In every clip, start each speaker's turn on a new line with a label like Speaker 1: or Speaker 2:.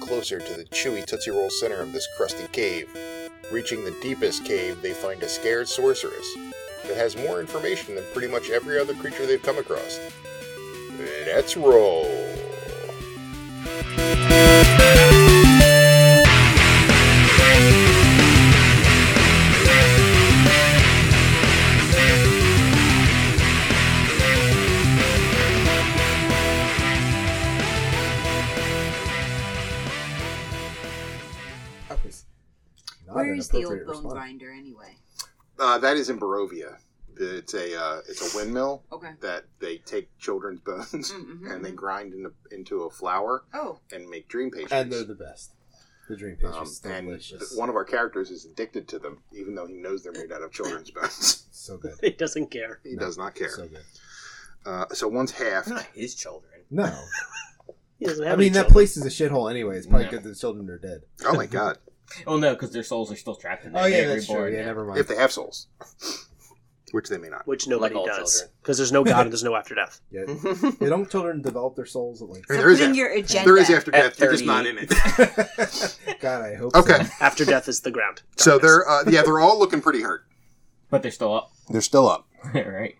Speaker 1: closer to the chewy Tootsie Roll center of this crusty cave. Reaching the deepest cave, they find a scared sorceress that has more information than pretty much every other creature they've come across. Let's roll!
Speaker 2: That not
Speaker 3: Where
Speaker 2: an
Speaker 3: is the old
Speaker 2: appropriate
Speaker 3: bone
Speaker 2: response.
Speaker 3: grinder anyway?
Speaker 1: Uh, that is in Barovia. It's a uh, it's a windmill
Speaker 3: Okay.
Speaker 1: that they take children's bones
Speaker 3: Mm-hmm.
Speaker 1: and they grind into, into a flour
Speaker 3: oh,
Speaker 1: and make dream patients.
Speaker 2: And they're the best. The dream pastry
Speaker 1: Um,
Speaker 2: is
Speaker 1: and
Speaker 2: delicious.
Speaker 1: one of our characters is addicted to them, even though he knows they're made out of children's bones.
Speaker 2: so good.
Speaker 4: He doesn't care.
Speaker 1: He does not care.
Speaker 2: So good.
Speaker 1: Uh, so one's half.
Speaker 5: They're not his children.
Speaker 2: No,
Speaker 4: He doesn't have
Speaker 2: I mean
Speaker 4: any
Speaker 2: that
Speaker 4: children.
Speaker 2: place is a shithole anyway. It's probably
Speaker 5: Yeah.
Speaker 2: good that the children are dead.
Speaker 1: Oh my god!
Speaker 5: Oh no, because their souls are still trapped in that
Speaker 2: Oh yeah,
Speaker 5: egg
Speaker 2: that's true.
Speaker 5: reborn.
Speaker 2: Yeah, never mind.
Speaker 1: If they have souls, which they may not.
Speaker 4: Which nobody
Speaker 5: Like all
Speaker 4: does.
Speaker 5: children.
Speaker 4: Because there's no God and there's no after death.
Speaker 2: Yeah. They don't children develop their souls at like.
Speaker 1: I mean,
Speaker 3: so
Speaker 1: there is
Speaker 3: putting
Speaker 1: af-
Speaker 3: your agenda.
Speaker 1: there is after
Speaker 5: At
Speaker 1: death. They're just not
Speaker 5: 38.
Speaker 1: in it.
Speaker 2: God, I hope.
Speaker 1: Okay,
Speaker 2: so.
Speaker 4: After death is the ground.
Speaker 1: so
Speaker 4: Darkness.
Speaker 1: they're uh, yeah, they're all looking pretty hurt.
Speaker 5: But they're still up.
Speaker 1: They're still up.
Speaker 5: Alright.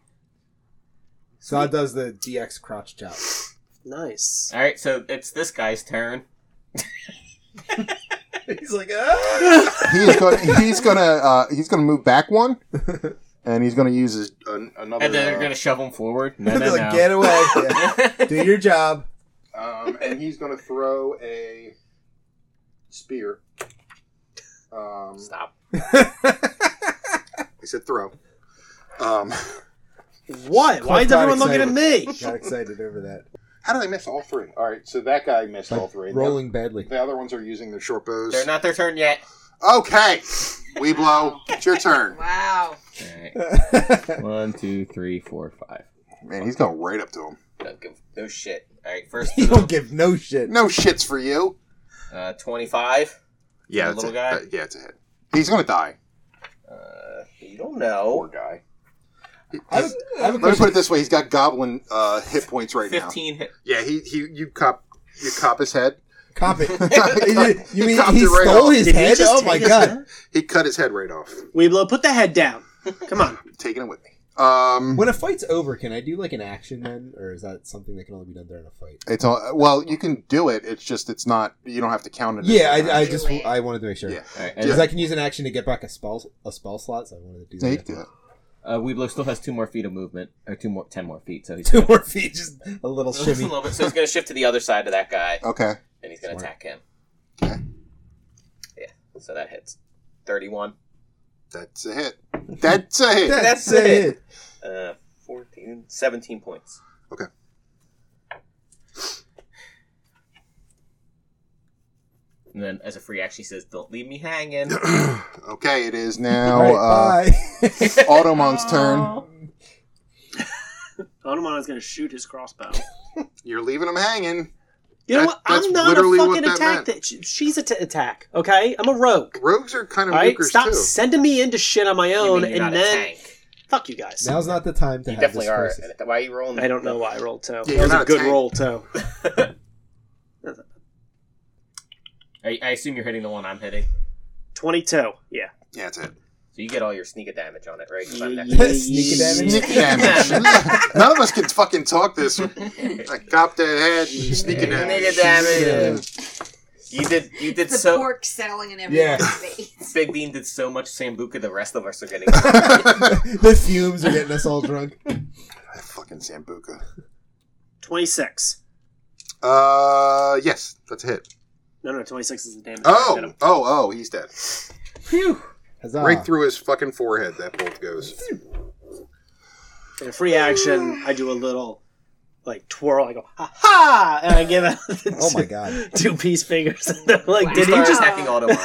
Speaker 2: God does the DX crotch chop.
Speaker 4: nice.
Speaker 5: Alright, so it's this guy's turn.
Speaker 2: He's like, ah!
Speaker 1: He is gonna, he's gonna uh, he's gonna move back one, and he's gonna use his, an, another.
Speaker 5: And then they're
Speaker 1: uh,
Speaker 5: gonna shove him forward. No,
Speaker 2: They're
Speaker 5: no,
Speaker 2: like,
Speaker 5: no.
Speaker 2: get away! Yeah. Do your job.
Speaker 1: Um, and he's going to throw a spear. Um,
Speaker 5: Stop.
Speaker 1: I said throw. Um,
Speaker 4: What? Why is
Speaker 2: Cliff got
Speaker 4: everyone looking at me?
Speaker 2: Got excited over that.
Speaker 1: how did I miss all three? All right, so that guy missed all three. The-
Speaker 2: Rolling badly.
Speaker 1: The other ones are using their short bows.
Speaker 5: They're not their turn yet.
Speaker 1: Okay, we blow. It's your turn.
Speaker 3: Wow.
Speaker 5: Alright.
Speaker 2: That's
Speaker 5: One, two, three, four, five.
Speaker 1: Man, he's going right up to him.
Speaker 5: Don't give no shit. Alright, first
Speaker 2: You don't give no shit.
Speaker 1: No shits for you.
Speaker 5: uh twenty-five.
Speaker 1: Yeah,
Speaker 5: The
Speaker 1: that's
Speaker 5: little
Speaker 1: a-
Speaker 5: guy?
Speaker 1: uh, yeah, it's a hit. He's going to die.
Speaker 5: Uh you don't
Speaker 1: Poor
Speaker 5: know.
Speaker 1: guy.
Speaker 2: I have, I have
Speaker 1: Let
Speaker 2: a
Speaker 1: me
Speaker 2: question.
Speaker 1: put it this way: he's got goblin uh, hit points right now.
Speaker 5: Fifteen hit
Speaker 1: Yeah, he, he you cop you cop his head.
Speaker 2: Copy. you,
Speaker 1: He
Speaker 2: you mean
Speaker 1: copped
Speaker 2: he
Speaker 1: it right
Speaker 2: stole
Speaker 1: off.
Speaker 2: his
Speaker 4: Did he
Speaker 2: head?
Speaker 4: just
Speaker 2: Oh
Speaker 4: take
Speaker 2: my
Speaker 4: his
Speaker 2: god!
Speaker 4: head?
Speaker 1: He cut his head right off.
Speaker 4: Weeblo, put the head down. Come on.
Speaker 1: taking it with me. Um,
Speaker 2: When a fight's over, can I do like an action then, or is that something that can only be done during a fight?
Speaker 1: it's all well. You can do it. It's just it's not. You don't have to count it. as
Speaker 2: Yeah,
Speaker 1: an
Speaker 2: I, I
Speaker 1: action.
Speaker 2: just I wanted to make sure
Speaker 1: Yeah.
Speaker 5: Alright, and
Speaker 2: because I can use an action to get back a spell a spell slot. So I wanted to do
Speaker 1: Yeah, you
Speaker 2: that.
Speaker 1: can do it.
Speaker 5: uh Weeblo still has two more feet of movement. Or two more ten more feet, so he's
Speaker 2: Two
Speaker 5: gonna
Speaker 2: more feet, just a little
Speaker 5: so he's
Speaker 2: shimmy.
Speaker 5: gonna shift to the other side of that guy
Speaker 1: Okay.
Speaker 5: and he's gonna
Speaker 2: Smart.
Speaker 5: attack him.
Speaker 1: Okay.
Speaker 5: Yeah, so that hits. Thirty-one.
Speaker 1: That's a hit. That's a hit.
Speaker 2: That's
Speaker 5: That's
Speaker 2: it.
Speaker 5: it. Uh, 14, 17 points.
Speaker 1: Okay.
Speaker 5: And then, as a free action, he says, "Don't leave me hanging."
Speaker 1: okay, it is
Speaker 2: All
Speaker 1: now uh,
Speaker 2: right, bye.
Speaker 1: Automon's turn.
Speaker 4: Onomon is going to shoot his crossbow.
Speaker 1: You're leaving him hanging.
Speaker 4: You know
Speaker 1: That-
Speaker 4: what?
Speaker 1: that's
Speaker 4: I'm not
Speaker 1: literally
Speaker 4: a
Speaker 1: what
Speaker 4: fucking
Speaker 1: that
Speaker 4: attack.
Speaker 1: meant.
Speaker 4: That sh- she's a t- attack. Okay, I'm a rogue.
Speaker 1: Rogues are kind
Speaker 4: All
Speaker 1: of
Speaker 4: right,
Speaker 1: nukers
Speaker 4: stop
Speaker 1: too.
Speaker 4: sending me into shit on my
Speaker 5: You
Speaker 4: own,
Speaker 5: mean you're
Speaker 4: and
Speaker 5: not a
Speaker 4: then
Speaker 5: tank.
Speaker 4: fuck you guys.
Speaker 2: Now's not the time to
Speaker 5: You
Speaker 2: have
Speaker 5: definitely
Speaker 2: this
Speaker 5: are.
Speaker 2: crisis.
Speaker 5: Why are you rolling?
Speaker 4: I don't know why I rolled toe.
Speaker 1: Yeah,
Speaker 4: that
Speaker 1: you're
Speaker 4: was
Speaker 1: not
Speaker 4: a
Speaker 1: a
Speaker 4: good
Speaker 1: tank.
Speaker 4: roll toe.
Speaker 5: I, I assume you're hitting the one I'm hitting,
Speaker 4: Twenty-two. Yeah.
Speaker 1: Yeah, it's a hit.
Speaker 5: so you get all your sneak damage on it, right? 'Cause I'm
Speaker 4: Yeah,
Speaker 5: next.
Speaker 4: yeah,
Speaker 2: Sneak damage.
Speaker 1: Sneak damage. None of us can fucking talk this. I copped the head and sneaking
Speaker 5: Yeah.
Speaker 1: damage.
Speaker 5: Sneak damage. You did. You did
Speaker 3: The
Speaker 5: so.
Speaker 3: pork settling in everyone's face.
Speaker 5: Big Bean did so much Sambuca. The rest of us are getting.
Speaker 2: the fumes are getting us all drunk.
Speaker 1: fucking Sambuca.
Speaker 4: Twenty-six.
Speaker 1: Uh, yes, that's a hit.
Speaker 4: No, no, twenty-six is the damage. I hit
Speaker 1: Oh,
Speaker 4: him.
Speaker 1: oh, oh, he's dead.
Speaker 5: Phew.
Speaker 2: Huzzah.
Speaker 1: Right through his fucking forehead, that bolt goes.
Speaker 4: In a free action, I do a little like twirl. I go ha ha, and I give out. the
Speaker 2: Oh my
Speaker 4: two-
Speaker 2: god!
Speaker 4: Two piece fingers. And they're like,
Speaker 3: Wow.
Speaker 4: did he
Speaker 5: Start
Speaker 4: just?
Speaker 5: attacking Autobot?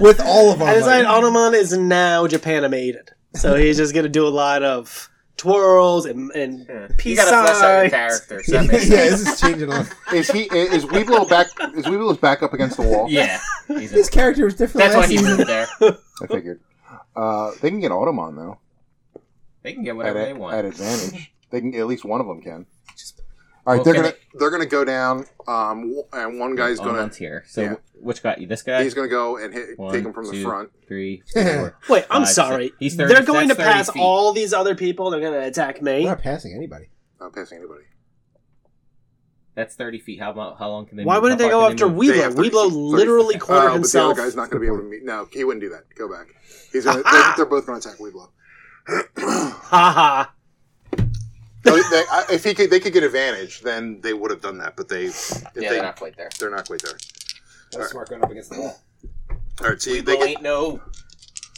Speaker 2: With all
Speaker 5: Oh
Speaker 2: of our
Speaker 4: And
Speaker 2: might.
Speaker 4: aside, Onomon is now Japanimated, so he's just gonna do a lot of twirls and, and
Speaker 5: you
Speaker 4: peace
Speaker 5: gotta flesh out your
Speaker 4: signs.
Speaker 5: character. So
Speaker 2: yeah,
Speaker 5: that makes sense.
Speaker 2: this is changing a lot.
Speaker 1: Is he? Is Weeblow back? Is Weeblow's back up against the wall?
Speaker 5: Yeah. He's
Speaker 2: His
Speaker 5: a,
Speaker 2: character was different
Speaker 5: that's why
Speaker 2: last
Speaker 5: he
Speaker 2: season.
Speaker 5: moved there.
Speaker 1: I figured. Uh, they can get Automon though.
Speaker 5: They can get
Speaker 1: At,
Speaker 5: whatever they
Speaker 1: at
Speaker 5: want.
Speaker 1: advantage, they can at least one of them can. All right,
Speaker 5: Well,
Speaker 1: they're
Speaker 5: can
Speaker 1: gonna they're gonna go down, um, w- and one guy's
Speaker 5: Oh,
Speaker 1: gonna
Speaker 5: one's here. So
Speaker 1: yeah.
Speaker 5: which got you? This guy.
Speaker 1: he's gonna go and hit,
Speaker 5: One,
Speaker 1: take him from the
Speaker 5: two.
Speaker 1: front.
Speaker 5: Three, four.
Speaker 4: Wait, I'm
Speaker 5: Five,
Speaker 4: sorry.
Speaker 5: six. He's 30
Speaker 4: They're going to
Speaker 5: that's 30
Speaker 4: pass
Speaker 5: feet.
Speaker 4: all these other people. They're going to attack me.
Speaker 2: We're not passing anybody.
Speaker 1: Not passing anybody.
Speaker 5: That's thirty feet. How mo- how long can they?
Speaker 4: Why
Speaker 5: move?
Speaker 4: wouldn't
Speaker 5: How
Speaker 4: they
Speaker 5: far
Speaker 4: go
Speaker 5: can
Speaker 4: after
Speaker 5: move?
Speaker 1: They
Speaker 4: Weeblo?
Speaker 1: have 30 feet, 30 feet.
Speaker 4: Weeblo literally cornered
Speaker 1: Oh,
Speaker 4: himself.
Speaker 1: But the other guy's not gonna be able to meet. No, he wouldn't do that. Go back. He's
Speaker 4: Ha
Speaker 1: gonna.
Speaker 4: ha!
Speaker 1: they're, they're both gonna attack Weeblo.
Speaker 4: Ha ha.
Speaker 1: No, they- I- if he could, they could get advantage, then they would have done that. But they, if
Speaker 5: Yeah,
Speaker 1: they,
Speaker 5: they're not quite there.
Speaker 1: they're not quite there. Alright.
Speaker 2: smart going up against the wall.
Speaker 1: All right, so you- they
Speaker 5: Weeblo
Speaker 1: get
Speaker 5: ain't no.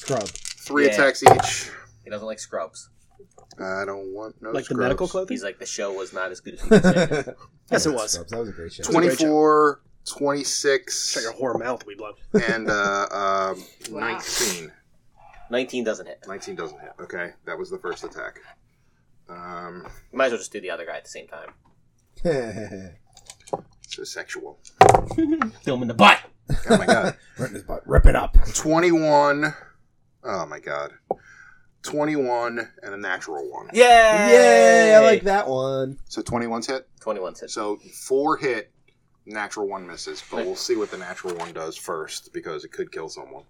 Speaker 2: Scrub.
Speaker 1: three
Speaker 5: Yeah.
Speaker 1: attacks each.
Speaker 5: He doesn't like scrubs.
Speaker 1: I don't want no
Speaker 4: Like the
Speaker 1: scrubs.
Speaker 4: medical clothing?
Speaker 5: He's like the show was not as good as we said.
Speaker 4: Yes, it
Speaker 2: I like
Speaker 4: was.
Speaker 2: Scrubs. That was a great show.
Speaker 4: Twen-
Speaker 1: 24,
Speaker 4: Shut
Speaker 1: 26,
Speaker 4: your whore mouth, Weeblo.
Speaker 1: and uh, um,
Speaker 3: Wow.
Speaker 1: 19.
Speaker 5: Nineteen doesn't hit.
Speaker 1: 19 doesn't hit. Okay, that was the first attack. Um,
Speaker 5: Might as well just do the other guy at the same time.
Speaker 2: Right
Speaker 1: so sexual.
Speaker 5: Kill him in the butt.
Speaker 1: Oh my god.
Speaker 2: in his butt. Rip it up.
Speaker 1: 21. Oh my god. 21 and a natural one.
Speaker 5: Yay!
Speaker 2: Yay! I like that one.
Speaker 1: So 21's hit.
Speaker 5: Twenty-one hits.
Speaker 1: So four hit, natural one misses, but we'll see what the natural one does first because it could kill someone.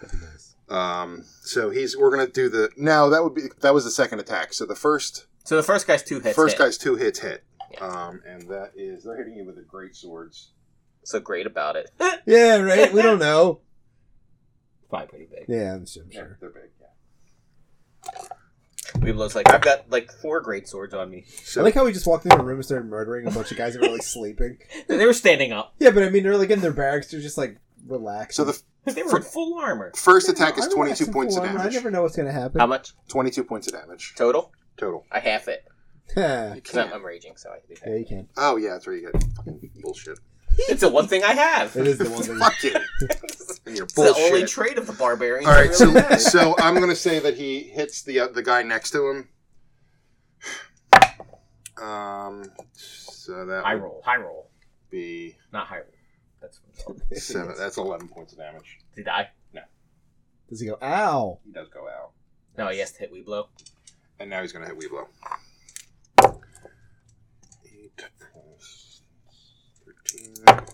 Speaker 2: That'd be nice.
Speaker 1: Um, so he's we're gonna do the no that would be that was the second attack. So the first
Speaker 5: So the first guy's two hits.
Speaker 1: first
Speaker 5: hit.
Speaker 1: guy's two hits hit,
Speaker 5: Yeah.
Speaker 1: um, and that is they're hitting you with the great swords.
Speaker 5: So great about it.
Speaker 2: Yeah, right. We don't know.
Speaker 5: Probably pretty big.
Speaker 2: Yeah, I'm sure. I'm
Speaker 1: Yeah,
Speaker 2: sure.
Speaker 1: they're big. Yeah.
Speaker 5: Weeblo's like, I've got like four great swords on me.
Speaker 1: So
Speaker 2: I like how we just walked into a room and started murdering a bunch of guys that were like sleeping.
Speaker 5: They were standing up.
Speaker 2: Yeah, but I mean, they're like in their barracks. They're just like relaxed.
Speaker 1: so the f-
Speaker 5: They were in full armor.
Speaker 1: first attack is
Speaker 2: I
Speaker 1: twenty
Speaker 2: relaxed
Speaker 1: two
Speaker 2: in
Speaker 1: points of
Speaker 2: full armor. I
Speaker 1: damage.
Speaker 2: never know what's gonna happen.
Speaker 5: How much
Speaker 1: Twenty two points of damage
Speaker 5: total?
Speaker 1: total.
Speaker 5: I half it.
Speaker 2: yeah,
Speaker 1: You
Speaker 5: 'Cause I'm,
Speaker 1: can't.
Speaker 5: I'm raging, so I can do that.
Speaker 2: you can.
Speaker 1: Oh yeah, that's where you get fucking bullshit.
Speaker 5: It's the one thing I have.
Speaker 2: It is the one thing.
Speaker 1: Fuck you. And your
Speaker 5: It's the only
Speaker 1: bullshit.
Speaker 5: trait of the barbarian.
Speaker 1: All right, so
Speaker 5: Really?
Speaker 1: so I'm gonna say that he hits the uh, the guy next to him. Um, so that
Speaker 5: high
Speaker 1: would
Speaker 5: roll, high roll,
Speaker 1: be
Speaker 5: not high roll. That's what it's called.
Speaker 1: seven. That's eleven points of damage.
Speaker 5: Did he die?
Speaker 2: Does he go? Ow!
Speaker 1: He does go out,
Speaker 5: No, he has to hit Weeblo.
Speaker 1: and now he's gonna hit Weeblo. Eight plus thirteen.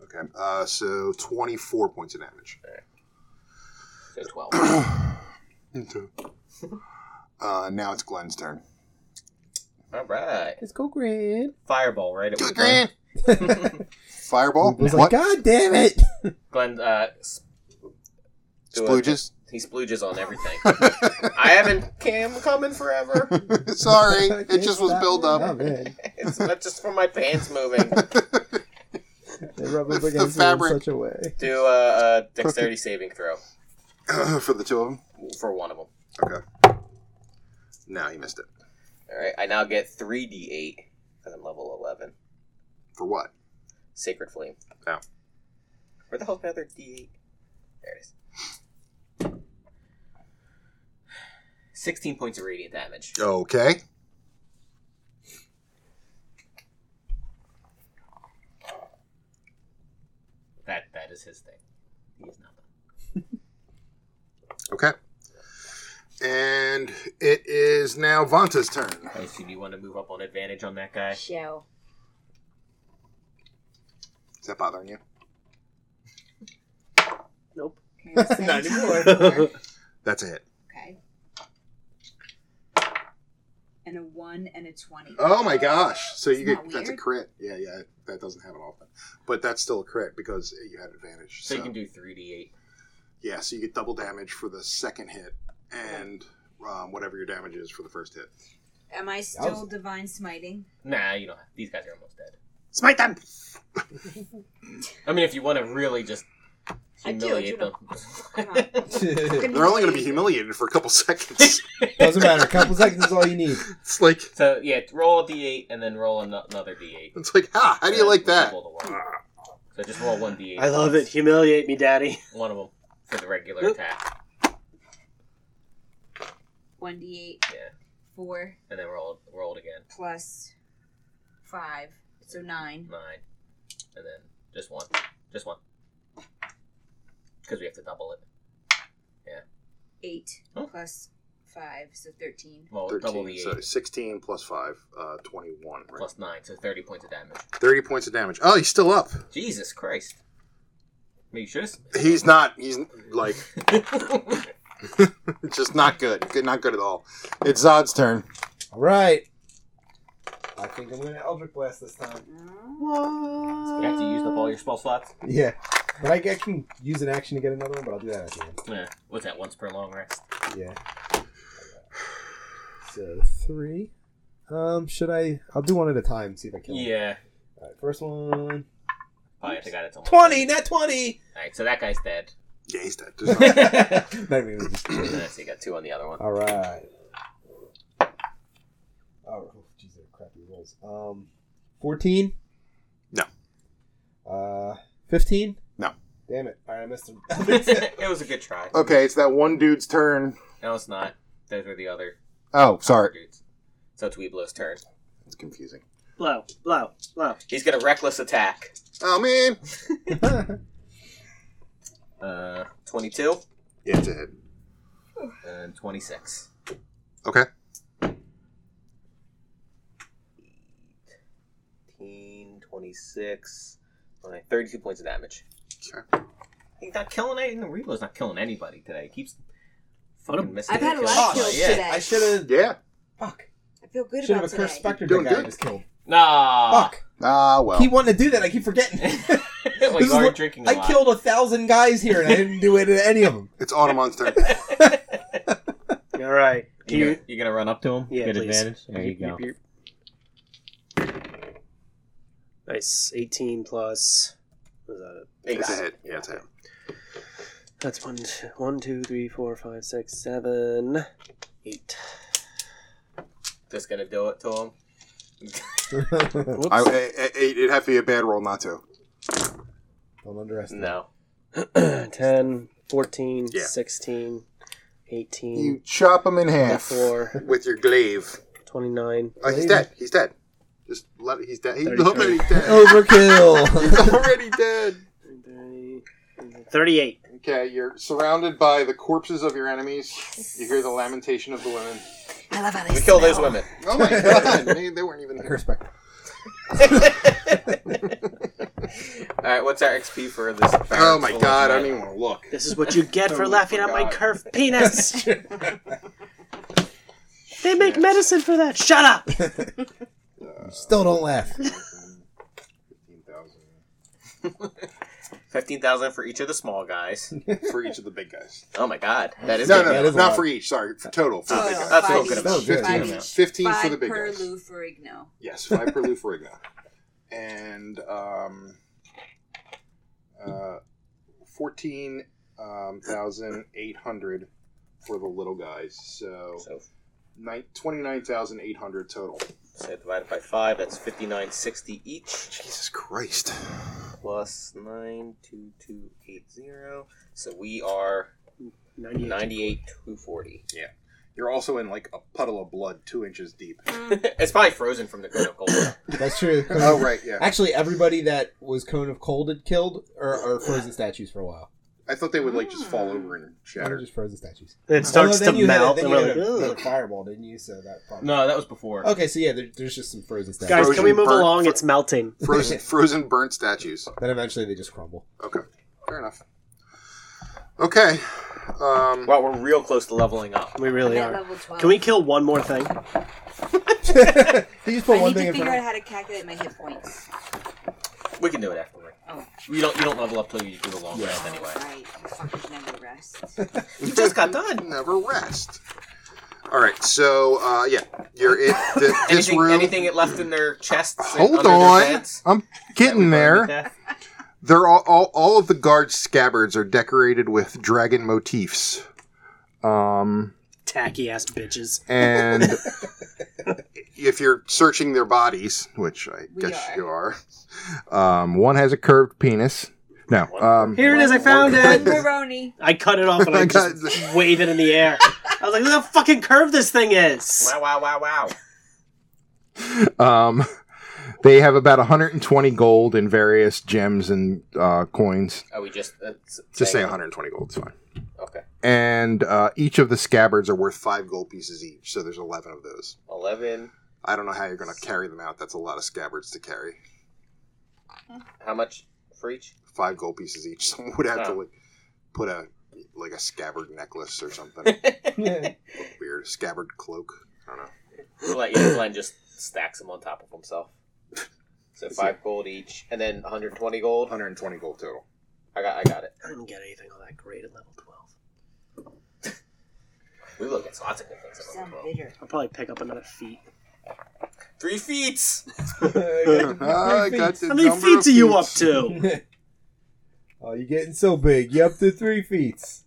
Speaker 1: Okay, uh, so twenty-four points of damage.
Speaker 5: So twelve.
Speaker 1: Okay. Uh, now it's Glenn's turn.
Speaker 5: All right,
Speaker 2: Let's go, Grand.
Speaker 5: fireball right at
Speaker 1: Good
Speaker 5: Weeblo.
Speaker 1: Glenn. Fireball.
Speaker 2: It was
Speaker 1: Oh, What?
Speaker 2: like, God damn it!
Speaker 5: Glenn, uh, s- do a-
Speaker 1: Splooges.
Speaker 5: he splooges on everything. I haven't cam coming forever.
Speaker 1: Sorry,
Speaker 2: I
Speaker 1: it
Speaker 2: can't
Speaker 1: just was
Speaker 2: stop
Speaker 1: build
Speaker 2: it.
Speaker 1: up.
Speaker 2: Oh, man.
Speaker 5: It's that's just from my pants moving.
Speaker 2: They rub
Speaker 1: The-
Speaker 2: up
Speaker 1: the
Speaker 2: against it in
Speaker 1: fabric.
Speaker 2: such a way.
Speaker 5: Do a, a dexterity saving throw
Speaker 1: For the two of them.
Speaker 5: for one of them.
Speaker 1: Okay. No, he missed it.
Speaker 5: All right, I now get three d8 because I'm level eleven.
Speaker 1: For what?
Speaker 5: Sacred Flame.
Speaker 1: Oh.
Speaker 5: Where the hell's my other D8? There it is. 16 points of radiant damage.
Speaker 1: Okay.
Speaker 5: That That is his thing. He is not done.
Speaker 1: Okay. And it is now Vanta's turn.
Speaker 5: I assume you want to move up on advantage on that guy.
Speaker 3: Show.
Speaker 1: Is that bothering you?
Speaker 4: Nope.
Speaker 3: Not
Speaker 1: That's a hit.
Speaker 3: Okay. And a one and a twenty.
Speaker 1: Oh my gosh! So you
Speaker 3: Isn't
Speaker 1: get
Speaker 3: that
Speaker 1: that's a
Speaker 3: weird?
Speaker 1: crit. Yeah, yeah. That doesn't happen often, but that's still a crit because you had advantage.
Speaker 5: So you can do 3d8.
Speaker 1: yeah, so you get double damage for the second hit and um, whatever your damage is for the first hit.
Speaker 3: Am I still divine smiting?
Speaker 5: Nah, you don't have. These guys are almost dead.
Speaker 1: Smite them.
Speaker 5: I mean, if you want to really just
Speaker 3: I do, I
Speaker 5: humiliate
Speaker 3: do
Speaker 5: them.
Speaker 1: They're only going to be humiliated for a couple seconds.
Speaker 2: Doesn't matter. A couple seconds is all you need.
Speaker 1: it's like
Speaker 5: so, yeah, roll a d8 and then roll ano- another d8.
Speaker 1: it's like, ha! How do you like that?
Speaker 5: Double the one. So just roll one d8.
Speaker 4: I love it. Humiliate me, Daddy.
Speaker 5: One of them for the regular
Speaker 4: Nope.
Speaker 5: attack.
Speaker 3: One d eight.
Speaker 5: Yeah.
Speaker 3: Four
Speaker 5: and then roll rolled again
Speaker 3: plus five, so nine.
Speaker 5: nine, and then just one, just one, because we have to double it.
Speaker 3: Eight
Speaker 1: Oh.
Speaker 5: Huh?
Speaker 3: plus five, so thirteen.
Speaker 5: Well, double
Speaker 1: 13,
Speaker 5: the
Speaker 1: so
Speaker 5: eight
Speaker 1: 16 plus 5, uh, 21, right?
Speaker 5: plus nine, so thirty points of damage.
Speaker 1: 30 points of damage. Oh, he's still up.
Speaker 5: Jesus Christ! Maybe you should have.
Speaker 1: He's not, he's like,
Speaker 5: All
Speaker 1: just not good. good. Not good at all. It's Zod's turn.
Speaker 2: All right. I think I'm gonna Eldritch Blast this time.
Speaker 3: Oh.
Speaker 5: You have to use up all your spell slots.
Speaker 2: Yeah, but I, I can use an action to get another one, but I'll do that at the end.
Speaker 5: Yeah. What's that? Once per long rest.
Speaker 2: Yeah. So three. Um, should I? I'll do one at a time. See if I kill. him.
Speaker 5: Yeah.
Speaker 2: All right, first one.
Speaker 5: Probably have to got it. All
Speaker 2: Twenty, not twenty.
Speaker 5: right. So that guy's dead.
Speaker 1: Yeah, he's dead. There's no-
Speaker 2: Not even gonna just-
Speaker 5: Uh, so you got two on the other one.
Speaker 2: All right. Oh, oh, geez, they're crappy rolls. Um, fourteen.
Speaker 1: No.
Speaker 2: Uh, fifteen.
Speaker 1: No.
Speaker 2: Damn it! All right, I missed him.
Speaker 5: it was a good try.
Speaker 1: okay, it's that one dude's turn.
Speaker 5: No, it's not. Those were the other
Speaker 1: Oh, sorry.
Speaker 5: dudes. So it's Weeblo's turn.
Speaker 1: It's confusing.
Speaker 4: Blow, blow, blow.
Speaker 5: He's got a reckless attack.
Speaker 1: Oh, man.
Speaker 5: Uh, 22
Speaker 1: Yeah, it's a hit.
Speaker 5: and 26.
Speaker 1: Okay.
Speaker 5: 18, 26, like 32 points of damage.
Speaker 1: Sure.
Speaker 5: He's not killing anything. Weeblo's not killing anybody today. He keeps fucking missing.
Speaker 3: I've
Speaker 5: the
Speaker 3: had a
Speaker 5: kills.
Speaker 3: lot of
Speaker 5: Oh,
Speaker 3: kills
Speaker 5: yeah.
Speaker 3: today.
Speaker 2: I should have.
Speaker 1: Yeah.
Speaker 2: Fuck.
Speaker 3: I feel good
Speaker 2: Should
Speaker 3: about
Speaker 2: have a
Speaker 3: today.
Speaker 2: cursed specter
Speaker 1: Doing
Speaker 2: that guy I
Speaker 1: good.
Speaker 2: just killed.
Speaker 5: Nah.
Speaker 2: Fuck.
Speaker 1: Ah, well.
Speaker 2: Keep wanting to do that. I keep forgetting.
Speaker 5: well,
Speaker 2: This is
Speaker 5: you are
Speaker 2: what-
Speaker 5: drinking a
Speaker 2: I
Speaker 5: lot.
Speaker 2: killed a thousand guys here, and I didn't do it to any of them.
Speaker 1: It's Automon's turn.
Speaker 4: All right. Can
Speaker 5: You
Speaker 4: you?
Speaker 5: gonna, you gonna run up to him?
Speaker 4: Yeah,
Speaker 5: Get
Speaker 4: please.
Speaker 5: advantage. There you go.
Speaker 4: Nice. 18 plus. What is that?
Speaker 1: It's a hit. Yeah, it's a hit.
Speaker 4: That's one, two, one, two, three, four, five, six, seven, eight.
Speaker 5: Just gonna do it to him.
Speaker 4: Whoops.
Speaker 1: I, I, I, it'd have to be a bad roll not to.
Speaker 2: Don't underestimate.
Speaker 5: No.
Speaker 4: 10, 14,
Speaker 1: Yeah.
Speaker 4: 16, 18,
Speaker 1: You chop him in half
Speaker 4: 24,
Speaker 1: with your glaive.
Speaker 4: 29.
Speaker 1: Oh, he's dead. He's dead. Just let he's dead. He's
Speaker 4: 33.
Speaker 1: already
Speaker 2: Oh.
Speaker 1: dead.
Speaker 2: Overkill.
Speaker 1: he's already dead.
Speaker 4: 38.
Speaker 1: Okay, you're surrounded by the corpses of your enemies. You hear the lamentation of the women.
Speaker 3: I love how they
Speaker 5: We kill those
Speaker 3: smell.
Speaker 5: women.
Speaker 1: Oh my god, they, they weren't even
Speaker 2: A
Speaker 1: here.
Speaker 2: cursed specter.
Speaker 5: All right, what's our XP for this?
Speaker 1: Oh my god, I don't even want to look.
Speaker 4: This is what you get for
Speaker 1: Totally
Speaker 4: laughing at my
Speaker 1: forgot.
Speaker 4: curved penis. they make medicine for that. Shut up.
Speaker 2: Still don't laugh.
Speaker 5: Fifteen thousand for each of the small guys.
Speaker 1: For each of the big guys.
Speaker 5: Oh my god, that is
Speaker 1: No,
Speaker 5: gonna
Speaker 1: no,
Speaker 5: be-
Speaker 1: no,
Speaker 2: is a
Speaker 1: not
Speaker 2: lot.
Speaker 1: for each. Sorry, for total for the big
Speaker 3: Total.
Speaker 1: guys.
Speaker 5: That's what I'm
Speaker 3: Five
Speaker 5: gonna
Speaker 2: each. Still good.
Speaker 5: Fifteen.
Speaker 3: Five each.
Speaker 1: 15 for
Speaker 3: Five
Speaker 1: the big
Speaker 3: per
Speaker 1: guys.
Speaker 3: Lou Ferrigno.
Speaker 1: Yes, five per Lou Ferrigno. And um, uh, um, 14,800 for the little guys. So
Speaker 5: So,
Speaker 1: nine- 29,800 total.
Speaker 5: so divided by five, that's fifty nine sixty each.
Speaker 1: Jesus Christ.
Speaker 5: Plus nine two two eight zero. So we are
Speaker 4: 98.
Speaker 5: ninety eight two forty.
Speaker 1: You're also in like a puddle of blood two inches deep.
Speaker 5: it's probably frozen from the cone of cold.
Speaker 2: That's true.
Speaker 1: oh, right, yeah.
Speaker 2: Actually, everybody that was Cone of Cold had killed or, or frozen statues for a while.
Speaker 1: I thought they would like just fall over and
Speaker 2: They were
Speaker 1: shatter.
Speaker 2: just frozen statues.
Speaker 4: It starts
Speaker 2: Although then
Speaker 4: to
Speaker 2: you had a-
Speaker 4: melt.
Speaker 2: then
Speaker 4: and
Speaker 2: you
Speaker 4: we're
Speaker 2: had
Speaker 4: like,
Speaker 2: a-
Speaker 4: "Ugh."
Speaker 2: had a fireball, didn't you? So that probably.
Speaker 5: No, that was before.
Speaker 2: Okay, so yeah, there, there's just some frozen statues.
Speaker 4: Guys, can we move
Speaker 1: Frozen burnt-
Speaker 4: along? It's melting.
Speaker 1: Frozen, frozen burnt statues.
Speaker 2: Then eventually they just crumble.
Speaker 1: Okay, fair enough. Okay. Um,
Speaker 5: Well, we're real close to leveling up.
Speaker 4: We really
Speaker 3: At
Speaker 4: are.
Speaker 3: level 12.
Speaker 4: Can we kill one more thing?
Speaker 2: they
Speaker 3: I
Speaker 2: just put
Speaker 3: need
Speaker 2: one thing
Speaker 3: to figure
Speaker 2: in front.
Speaker 3: out
Speaker 2: of-
Speaker 3: how to calculate my hit points.
Speaker 5: We can do it afterward.
Speaker 3: Oh,
Speaker 5: You don't. You don't level up till you do the long rest anyway.
Speaker 3: right. You fucking never rest.
Speaker 5: You just got done.
Speaker 1: never rest. All right, so uh, yeah, you're in th- this
Speaker 5: Anything,
Speaker 1: room.
Speaker 5: anything left in their chests? and
Speaker 1: Hold
Speaker 5: under Their
Speaker 1: on,
Speaker 5: beds?
Speaker 1: I'm getting there. They're all, all all of the guard scabbards are decorated with dragon motifs. Um,
Speaker 4: Tacky ass bitches.
Speaker 1: and if you're searching their bodies, which I
Speaker 3: We
Speaker 1: guess
Speaker 3: are.
Speaker 1: you are, um, one has a curved penis. No, um,
Speaker 4: Here it is. I found
Speaker 3: One
Speaker 4: it.
Speaker 3: Maroney.
Speaker 4: I cut it off and I
Speaker 1: I got
Speaker 4: just waved it in the air. I was like, look how fucking curved this thing is.
Speaker 5: Wow, wow, wow, wow.
Speaker 1: um, they have about 120 gold in various gems and uh, coins.
Speaker 5: Are we just uh, s-
Speaker 1: Just say
Speaker 5: saying-
Speaker 1: 120 gold. It's fine.
Speaker 5: Okay.
Speaker 1: and uh, each of the scabbards are worth five gold pieces each. So there's eleven of those.
Speaker 5: Eleven.
Speaker 1: I don't know how you're going to carry them out. That's a lot of scabbards to carry.
Speaker 5: How much for each?
Speaker 1: Five gold pieces each. Someone would have to
Speaker 5: Oh.
Speaker 1: like, put a like a scabbard necklace or something.
Speaker 5: Let
Speaker 1: Weird scabbard cloak. I don't know.
Speaker 5: Glenn just stacks them on top of himself. So five gold each, and then 120 gold.
Speaker 1: 120 gold total.
Speaker 5: I got, I got it.
Speaker 4: I didn't get anything on that grade at level 12.
Speaker 5: We look at lots of good things. at
Speaker 3: Sound
Speaker 5: level 12.
Speaker 3: bitter.
Speaker 4: I'll probably pick up another feat.
Speaker 5: Three feats.
Speaker 1: I got the
Speaker 4: How many
Speaker 1: number
Speaker 4: feats
Speaker 1: of
Speaker 4: are you up
Speaker 1: feats.
Speaker 4: to?
Speaker 2: oh, you're getting so big. You up to three feet.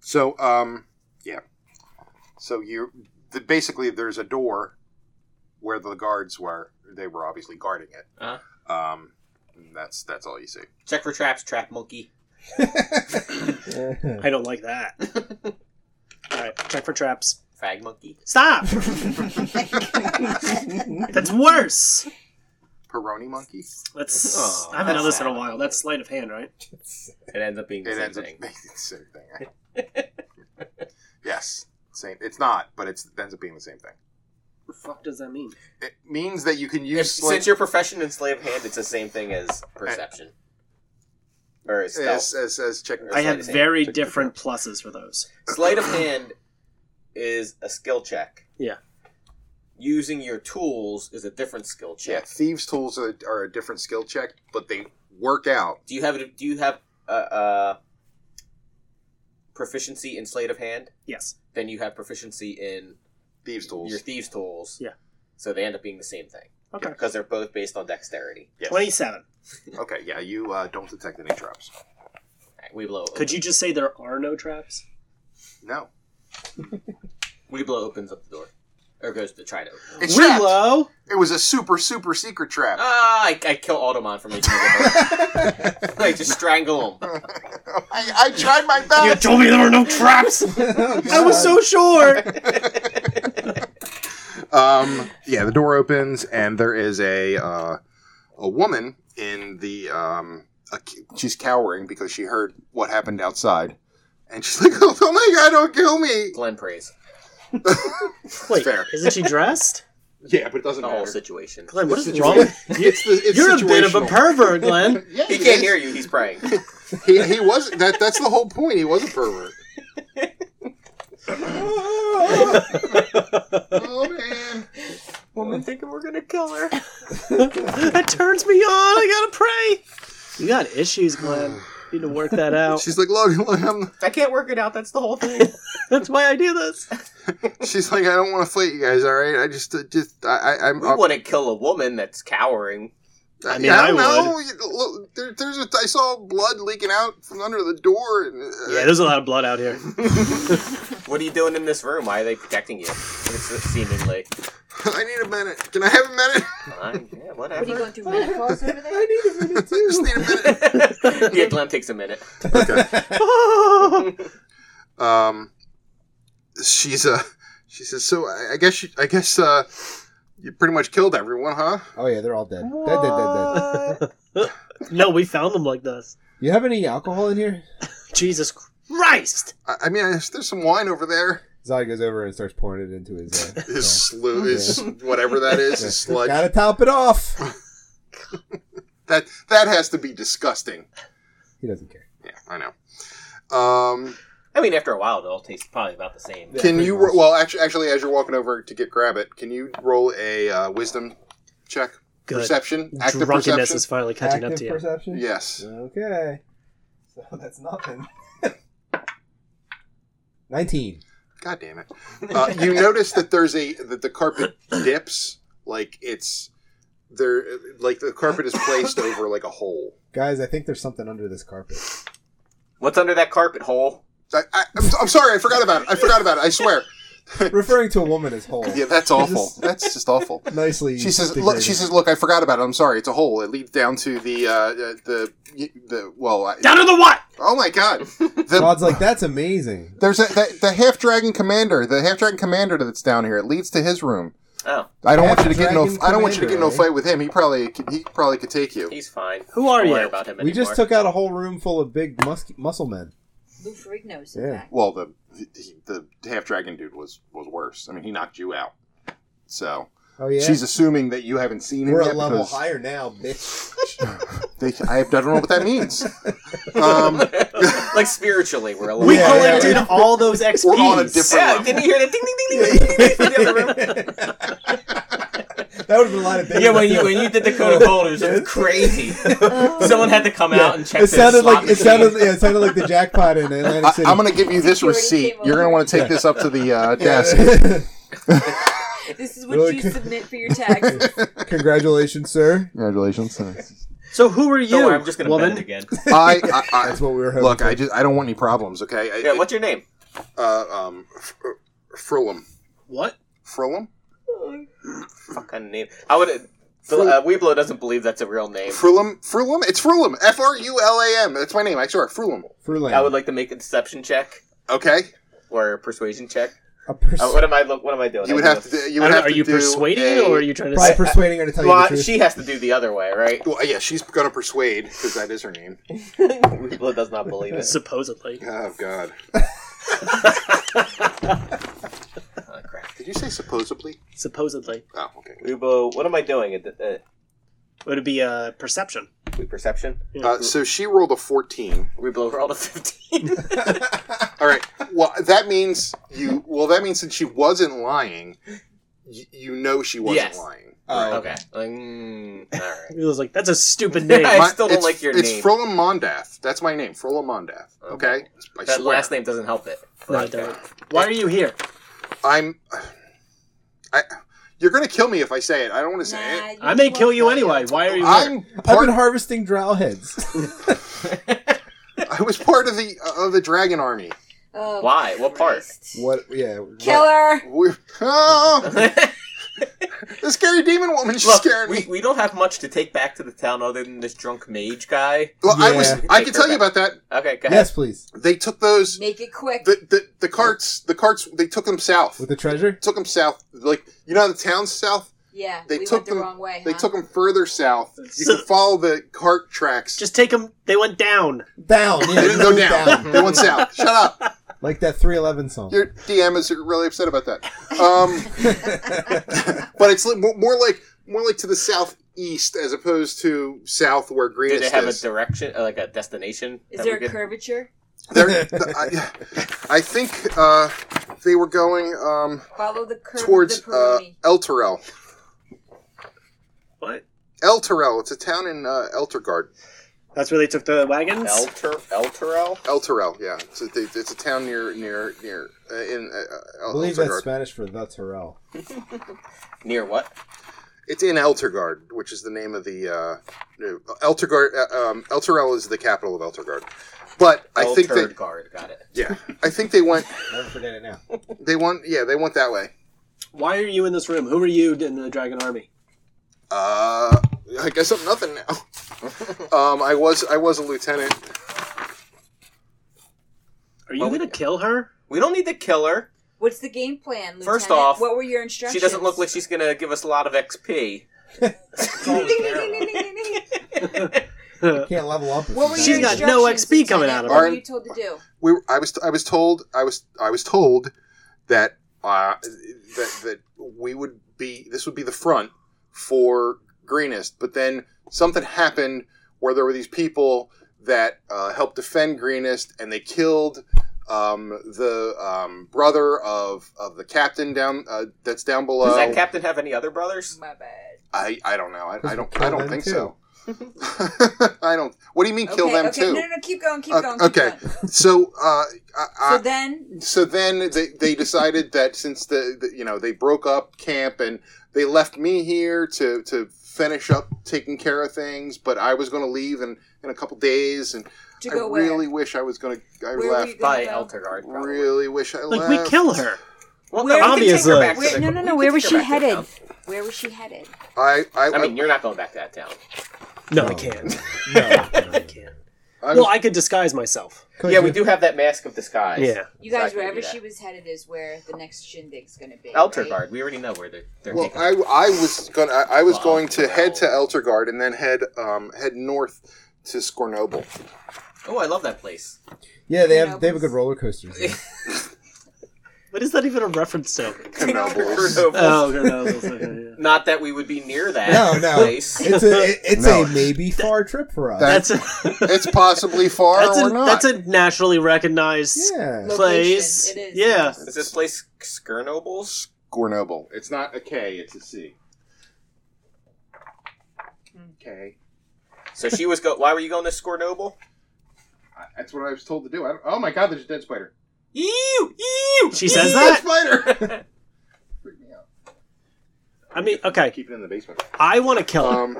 Speaker 1: So, um, yeah. So you the, basically there's a door where the guards were. They were obviously guarding it.
Speaker 5: Uh-huh.
Speaker 1: Um, and that's that's all you see.
Speaker 5: Check for traps, trap monkey.
Speaker 2: All
Speaker 4: I don't like that. All right, check for traps.
Speaker 5: Fag monkey.
Speaker 4: Stop! That's worse.
Speaker 1: Peroni monkey.
Speaker 4: Let's.
Speaker 5: Aw,
Speaker 4: I haven't done
Speaker 5: that's
Speaker 4: this in a
Speaker 5: sad.
Speaker 4: while. That's sleight of hand, right?
Speaker 5: It ends up being the
Speaker 1: It
Speaker 5: same
Speaker 1: ends up
Speaker 5: thing.
Speaker 1: being the same thing. yes, same. It's not, but it's, it ends up being the same thing.
Speaker 4: The fuck does that mean?
Speaker 1: It means that you can
Speaker 5: If-
Speaker 1: use sleight-
Speaker 5: since your profession and slave hand, it's the same thing as perception or as stealth.
Speaker 1: as, as, as checking.
Speaker 4: I
Speaker 5: sleight
Speaker 4: have
Speaker 5: of hand.
Speaker 4: very different pluses for those.
Speaker 5: Sleight of hand is a skill check.
Speaker 4: Yeah.
Speaker 5: Using your tools is a different skill
Speaker 1: Yeah,
Speaker 5: check.
Speaker 1: thieves' tools are, are a different skill check, but they work out.
Speaker 5: Do you have do you have a, a proficiency in sleight of hand?
Speaker 4: Yes.
Speaker 5: Then you have proficiency in
Speaker 1: Thieves' tools.
Speaker 5: your thieves tools.
Speaker 4: Yeah.
Speaker 5: So they end up being the same thing
Speaker 4: Okay.
Speaker 5: because they're both based on dexterity.
Speaker 1: Yes.
Speaker 4: Twenty-seven.
Speaker 1: Okay, yeah, you uh, don't detect any traps.
Speaker 5: Alright, We blow.
Speaker 4: Could you just say there are no traps?
Speaker 1: No.
Speaker 5: We blow opens up the door, or goes to try to. Open it.
Speaker 1: It's trapped.
Speaker 4: Willow.
Speaker 1: It was a super, super secret trap.
Speaker 5: Ah! I, I kill Automon from making the door. I just strangle him.
Speaker 1: I, I tried my
Speaker 4: You
Speaker 1: best.
Speaker 4: told me there were no traps. I was so sure.
Speaker 1: Um, yeah, the door opens, and there is a uh, a woman in the um, a, she's cowering because she heard what happened outside, and she's like, "Oh my god, don't kill me!"
Speaker 5: Glenn prays
Speaker 4: Wait,
Speaker 1: fair.
Speaker 4: isn't she dressed?
Speaker 1: Yeah, but it doesn't
Speaker 5: the whole
Speaker 1: matter.
Speaker 5: situation.
Speaker 4: Glenn, what
Speaker 1: It's
Speaker 4: is wrong? with-
Speaker 1: situa- It's the, it's
Speaker 4: You're a bit of a
Speaker 1: situational.
Speaker 4: pervert, Glenn.
Speaker 1: Yeah,
Speaker 5: He
Speaker 1: is.
Speaker 5: can't hear you. He's praying.
Speaker 1: He, he was that. That's the whole point. He was a pervert. oh man!
Speaker 5: Woman thinking we're gonna kill her.
Speaker 4: that turns me on. I gotta pray. You got issues, Glenn. You need to work that out.
Speaker 1: She's like, look, look, I'm,
Speaker 5: I can't work it out. That's the whole thing.
Speaker 4: That's why I do this.
Speaker 1: she's like, I don't want to fight you guys. All right, I just, uh, just, I, I I'm.
Speaker 5: we wouldn't kill a woman that's cowering.
Speaker 4: I mean, I
Speaker 1: know. You- look, There, there's a, I saw blood leaking out from under the door. And, uh,
Speaker 4: Yeah, there's a lot of blood out here.
Speaker 5: What are you doing in this room? Why are they protecting you? It's seemingly.
Speaker 1: I need a minute. Can I have a minute?
Speaker 5: Fine. Yeah,
Speaker 3: What are you
Speaker 5: whatever.
Speaker 3: going through menopause over there?
Speaker 1: I just need a minute.
Speaker 5: yeah, Glenn takes a minute.
Speaker 1: Okay.
Speaker 4: oh,
Speaker 1: Um, she's uh, she says, so I, I guess, you, I guess, uh, you pretty much killed everyone, huh?
Speaker 2: oh yeah, they're all dead. Dead, dead, dead,
Speaker 3: Ah.
Speaker 2: dead.
Speaker 4: no, we found them like this.
Speaker 2: You have any alcohol in here?
Speaker 4: Jesus Christ!
Speaker 1: I, I mean, I, there's some wine over there.
Speaker 2: Zod goes over and starts pouring it into his. Uh,
Speaker 1: His slu is whatever that is, his
Speaker 2: yeah.
Speaker 1: sludge.
Speaker 2: Gotta top it off.
Speaker 1: That that has to be disgusting.
Speaker 2: He doesn't care.
Speaker 1: Yeah, I know. Um,
Speaker 5: I mean, after a while, they'll taste probably about the same.
Speaker 2: Yeah,
Speaker 1: can
Speaker 2: pretty
Speaker 1: you
Speaker 2: much.
Speaker 1: ro- well actually, actually as you're walking over to get grab it, can you roll a uh, wisdom check?
Speaker 4: Good.
Speaker 1: Perception, active
Speaker 4: Drunkenness
Speaker 1: perception.
Speaker 4: is finally catching up to you.
Speaker 2: perception.
Speaker 1: yes.
Speaker 2: Okay. So that's nothing. Nineteen.
Speaker 1: God damn it! Uh, you notice that there's a that the carpet dips like it's there like the carpet is placed over like a hole.
Speaker 2: Guys, I think there's something under this carpet.
Speaker 5: What's under that carpet hole?
Speaker 1: I, I, I'm, I'm sorry, I forgot about it. I forgot about it. I swear.
Speaker 2: Referring to a woman as whole.
Speaker 1: Yeah, that's awful. That's just awful.
Speaker 2: Nicely.
Speaker 1: She says, "Look, she says, look, I forgot about it. I'm sorry. It's a hole. It leads down to the uh, uh, the the well. I,
Speaker 4: Down to the what?
Speaker 1: oh my god! The,
Speaker 2: Rod's like, that's amazing.
Speaker 1: there's a, the, the half dragon commander. The half dragon commander that's down here. It leads to his room.
Speaker 5: Oh,
Speaker 1: I don't want you to get no.
Speaker 2: Half-dragon
Speaker 1: I don't want you to get no
Speaker 2: commander, eh?
Speaker 1: fight with him. He probably could- he probably could take you.
Speaker 5: he's fine.
Speaker 4: Who are
Speaker 5: Don't
Speaker 4: you?
Speaker 5: worry about him
Speaker 2: We
Speaker 5: anymore.
Speaker 2: just took out a whole room full of big mus- muscle men.
Speaker 3: Lou Ferrigno's
Speaker 2: Yeah.
Speaker 3: in fact.
Speaker 1: Well, the the, the half dragon dude was was worse. I mean, he knocked you out. So
Speaker 2: Oh yeah,
Speaker 1: she's assuming that you haven't seen him.
Speaker 2: we're a
Speaker 1: yet
Speaker 2: level
Speaker 1: because
Speaker 2: higher now, bitch.
Speaker 1: They, I, I don't know what that means. Um,
Speaker 5: like spiritually, we're a little.
Speaker 4: We
Speaker 1: Yeah, yeah,
Speaker 4: collected all those XPs.
Speaker 1: we're on a different
Speaker 5: Yeah,
Speaker 1: level.
Speaker 5: didn't you hear the ding ding ding ding ding, ding, ding from the other room?
Speaker 2: that would have been a lot of things.
Speaker 5: Yeah,
Speaker 2: to
Speaker 5: when you
Speaker 2: do.
Speaker 5: when you did the code of holders, it was crazy. Someone had to come out and check.
Speaker 2: it sounded
Speaker 5: the slot
Speaker 2: like it sounded yeah, it sounded like the jackpot in Atlantic
Speaker 1: I,
Speaker 2: City.
Speaker 1: I'm going to give you this
Speaker 3: He already
Speaker 1: receipt.
Speaker 3: came
Speaker 1: You're going
Speaker 3: over.
Speaker 1: to want to take this up to the uh, desk.
Speaker 3: This is what
Speaker 2: Really
Speaker 3: you
Speaker 2: good.
Speaker 3: submit for your taxes.
Speaker 2: Congratulations, sir.
Speaker 1: Congratulations.
Speaker 4: So who are you,
Speaker 5: Don't worry, I'm just gonna
Speaker 4: woman?
Speaker 5: bend it again.
Speaker 1: I, I, I
Speaker 2: That's what we were hoping.
Speaker 1: look.
Speaker 2: for.
Speaker 1: I just I don't want any problems. Okay. I,
Speaker 5: Yeah, what's your name?
Speaker 1: uh, um, Fr- Frillum.
Speaker 4: What?
Speaker 1: Frillum.
Speaker 5: What kind of name? I would. Uh, Weeblo doesn't believe that's a real name.
Speaker 1: Frillum. Frillum. It's Frillum. F R U L A M. That's my name. I swear. Frillum.
Speaker 2: Fruland.
Speaker 5: I would like to make a deception check
Speaker 1: Okay.
Speaker 5: or a persuasion check.
Speaker 2: a pers-
Speaker 5: Uh, what am I? Look, what am I doing?
Speaker 1: You would
Speaker 5: I
Speaker 1: have
Speaker 5: do
Speaker 1: to. do-
Speaker 4: I
Speaker 1: You
Speaker 4: don't
Speaker 1: would
Speaker 4: know,
Speaker 1: have
Speaker 4: are
Speaker 1: to
Speaker 4: you
Speaker 1: do
Speaker 4: persuading
Speaker 1: a-
Speaker 4: or are you trying to
Speaker 2: Probably
Speaker 4: say?
Speaker 2: persuading her to tell
Speaker 5: Well,
Speaker 2: you the truth.
Speaker 5: she has to do the other way, right?
Speaker 1: Well, yeah, she's gonna persuade because that is her name.
Speaker 5: Weeblo does not believe it.
Speaker 4: Supposedly.
Speaker 1: Oh God!
Speaker 5: Oh, crap.
Speaker 1: Did you say supposedly?
Speaker 4: Supposedly.
Speaker 1: Oh, okay.
Speaker 5: Weeblo, what am I doing? At the, uh,
Speaker 4: Would it be uh, perception?
Speaker 5: with perception?
Speaker 1: Uh, so she rolled a fourteen.
Speaker 5: Weeblo rolled a fifteen.
Speaker 1: All right. Well, that means you. Well, that means since she wasn't lying, you, you know she wasn't
Speaker 5: Yes.
Speaker 1: lying.
Speaker 2: Oh.
Speaker 5: okay. Mm, all right.
Speaker 4: It was like, that's a stupid name.
Speaker 5: I
Speaker 1: My-
Speaker 5: still don't
Speaker 1: it's-
Speaker 5: like your
Speaker 1: it's
Speaker 5: name.
Speaker 1: Frolum Mondath. That's my name, Frolum Mondath.
Speaker 5: Oh.
Speaker 1: Okay. I
Speaker 5: That
Speaker 1: swear.
Speaker 5: last name doesn't help it.
Speaker 4: no, I don't. Why are you here?
Speaker 1: I'm. I. You're gonna kill me if I say it. I don't want to say
Speaker 3: Nah,
Speaker 1: it.
Speaker 4: I may
Speaker 3: won't
Speaker 4: kill you
Speaker 3: die.
Speaker 4: anyway. Why are you here?
Speaker 1: I'm
Speaker 2: I've been
Speaker 1: part.
Speaker 2: harvesting drow heads.
Speaker 1: I was part of the uh, of the Dragon Army.
Speaker 3: Oh,
Speaker 5: Why? What part?
Speaker 3: Christ.
Speaker 2: what? Yeah. what-
Speaker 3: Killer.
Speaker 1: We're, oh, the scary demon woman. She's
Speaker 5: Look,
Speaker 1: scaring
Speaker 5: we,
Speaker 1: me.
Speaker 5: we don't have much to take back to the town other than this drunk mage guy.
Speaker 1: Well, I was.
Speaker 2: Yeah.
Speaker 1: I can
Speaker 5: Take her
Speaker 1: tell you
Speaker 5: back.
Speaker 1: about that.
Speaker 5: Okay, go ahead.
Speaker 2: Yes, please.
Speaker 1: They took those.
Speaker 3: Make it quick.
Speaker 1: The, the, the carts. The carts. They took them south.
Speaker 2: With the treasure.
Speaker 1: took them south. Like you know, how the town south.
Speaker 3: yeah,
Speaker 1: They
Speaker 3: we
Speaker 1: took
Speaker 3: went the
Speaker 1: them-
Speaker 3: wrong way.
Speaker 1: They
Speaker 3: huh?
Speaker 1: took them further south. You
Speaker 4: So-
Speaker 1: can follow the cart tracks.
Speaker 4: Just take them. They went down.
Speaker 2: Down. Yeah,
Speaker 1: they didn't go down. they went south. Shut up.
Speaker 2: Like that 311 song.
Speaker 1: Your DM is really upset about that. Um, but it's li- mo- more like more like to the southeast as opposed to south where
Speaker 5: Do they
Speaker 1: greenest
Speaker 5: have a
Speaker 1: is.
Speaker 5: direction, uh, like a destination?
Speaker 3: Is
Speaker 5: that
Speaker 3: there
Speaker 5: we
Speaker 3: a
Speaker 5: could-
Speaker 3: curvature?
Speaker 1: They're- I, I think uh, they were going um,
Speaker 3: Follow the curve
Speaker 1: towards
Speaker 3: of the
Speaker 1: uh,
Speaker 3: Peroni.
Speaker 1: El Terrell.
Speaker 4: What?
Speaker 1: El Terrell. It's a town in uh, Eltergard.
Speaker 4: That's where they took the wagons?
Speaker 5: Elter, Elterel?
Speaker 1: El Terrell. Yeah, it's a, it's a town near near near uh, in uh,
Speaker 2: I
Speaker 1: El-
Speaker 2: believe that's
Speaker 1: Eltergard.
Speaker 2: Spanish for the Terrell.
Speaker 5: Near what?
Speaker 1: It's in Eltergard, which is the name of the uh, Eltergard. Uh, um, Elterel is the capital of Eltergard, but I think they
Speaker 5: Eltergard, got it.
Speaker 1: yeah, I think they went
Speaker 2: Never forget it now.
Speaker 1: they went yeah they went that way.
Speaker 4: Why are you in this room? Who are you in the Dragon Army?
Speaker 1: Uh, I guess I'm nothing now. um, I was I was a lieutenant.
Speaker 4: Are you
Speaker 5: Well,
Speaker 4: going to kill her?
Speaker 5: We don't need to kill her.
Speaker 3: What's the game plan, Lieutenant?
Speaker 5: First off,
Speaker 3: what were your instructions?
Speaker 5: She doesn't look like she's gonna give us a lot of XP.
Speaker 2: Can't level up.
Speaker 3: What
Speaker 2: if you
Speaker 3: were
Speaker 2: don't.
Speaker 4: She's
Speaker 3: your
Speaker 4: got no
Speaker 3: instructions,
Speaker 4: XP coming out
Speaker 3: Lieutenant?
Speaker 4: of
Speaker 1: her.
Speaker 3: What were you told to do?
Speaker 1: We were- I was I was told I was I was told that uh, that that we would be this would be the front for Greenest, but then something happened where there were these people that uh, helped defend Greenest, and they killed um, the um, brother of, of the captain down uh, that's down below.
Speaker 5: Does that captain have any other brothers?
Speaker 3: My bad.
Speaker 1: I, I don't know. I, I don't
Speaker 2: Kill
Speaker 1: I don't
Speaker 2: them
Speaker 1: think
Speaker 2: too.
Speaker 1: so. I don't. What do you mean kill
Speaker 3: okay,
Speaker 1: them
Speaker 3: okay.
Speaker 1: too?
Speaker 3: No, no, no. Keep going. Keep
Speaker 1: Uh,
Speaker 3: going. Keep
Speaker 1: okay.
Speaker 3: Going.
Speaker 1: So uh, I, I,
Speaker 3: so then,
Speaker 1: so then they, they decided that since the, the you know they broke up camp and they left me here to to finish up taking care of things but i was going to leave in in a couple days and
Speaker 3: to
Speaker 1: i
Speaker 3: go where?
Speaker 1: really wish i was going to i
Speaker 3: Where were you
Speaker 1: left
Speaker 5: By
Speaker 3: gonna go?
Speaker 5: Eltergard, probably.
Speaker 1: really wish i
Speaker 4: Like,
Speaker 1: left
Speaker 4: we kill her.
Speaker 5: Well,
Speaker 3: Where-
Speaker 5: no, we can take her
Speaker 4: Obviously.
Speaker 5: back to
Speaker 3: Where-
Speaker 5: the-
Speaker 3: no, no,
Speaker 5: we
Speaker 3: no.
Speaker 5: can
Speaker 3: Where
Speaker 5: take
Speaker 3: was
Speaker 5: her
Speaker 3: she
Speaker 5: back to the
Speaker 3: headed?
Speaker 5: town.
Speaker 3: Where was she headed?
Speaker 1: i i,
Speaker 5: I mean, you're not going back to that town.
Speaker 4: No, I
Speaker 2: No.
Speaker 4: can't.
Speaker 2: No,
Speaker 4: I can't.
Speaker 1: I was-
Speaker 4: Well, I could disguise myself.
Speaker 2: Could
Speaker 5: yeah, we
Speaker 2: you-
Speaker 5: do have that mask of disguise.
Speaker 4: Yeah.
Speaker 3: You guys,
Speaker 5: Exactly,
Speaker 3: wherever
Speaker 5: yeah.
Speaker 3: she was headed is where the next shindig's going to be. right?
Speaker 5: Eltergard. We already know where they're, they're
Speaker 1: well,
Speaker 5: taking.
Speaker 1: I, I was going I, I was
Speaker 5: Wow.
Speaker 1: going to head to Eltergard and then head um head north to Scornoble.
Speaker 5: Oh, I love that place.
Speaker 2: Yeah, they
Speaker 3: You
Speaker 2: have
Speaker 3: know,
Speaker 2: they have a
Speaker 3: because-
Speaker 2: good roller coaster. there.
Speaker 4: What is that even a reference to?
Speaker 1: Knobles.
Speaker 5: Knobles.
Speaker 4: Oh, Grenobles. Okay, yeah.
Speaker 5: Not that we would be near that
Speaker 2: No, no.
Speaker 5: place.
Speaker 2: It's a it- it's
Speaker 1: No.
Speaker 2: a maybe far trip for us.
Speaker 1: That-
Speaker 4: That's a,
Speaker 1: It's possibly far
Speaker 4: that's,
Speaker 1: or
Speaker 4: a,
Speaker 1: not.
Speaker 4: that's a nationally recognized.
Speaker 2: yeah,
Speaker 4: Place.
Speaker 3: Location, it is.
Speaker 4: Yeah.
Speaker 5: Is this place Skirnobles?
Speaker 1: Gornoble. It's not a K, it's a C. Okay.
Speaker 5: So she was go. Why were you going to Skirnoble?
Speaker 1: I- That's what I was told to do. I don't, oh my god, there's a dead spider.
Speaker 5: Ew! Ew!
Speaker 4: She says
Speaker 1: Dead
Speaker 4: that.
Speaker 1: spider! Freak me out.
Speaker 4: I mean, okay.
Speaker 1: Keep it in the basement.
Speaker 4: I want to kill him.
Speaker 1: Um,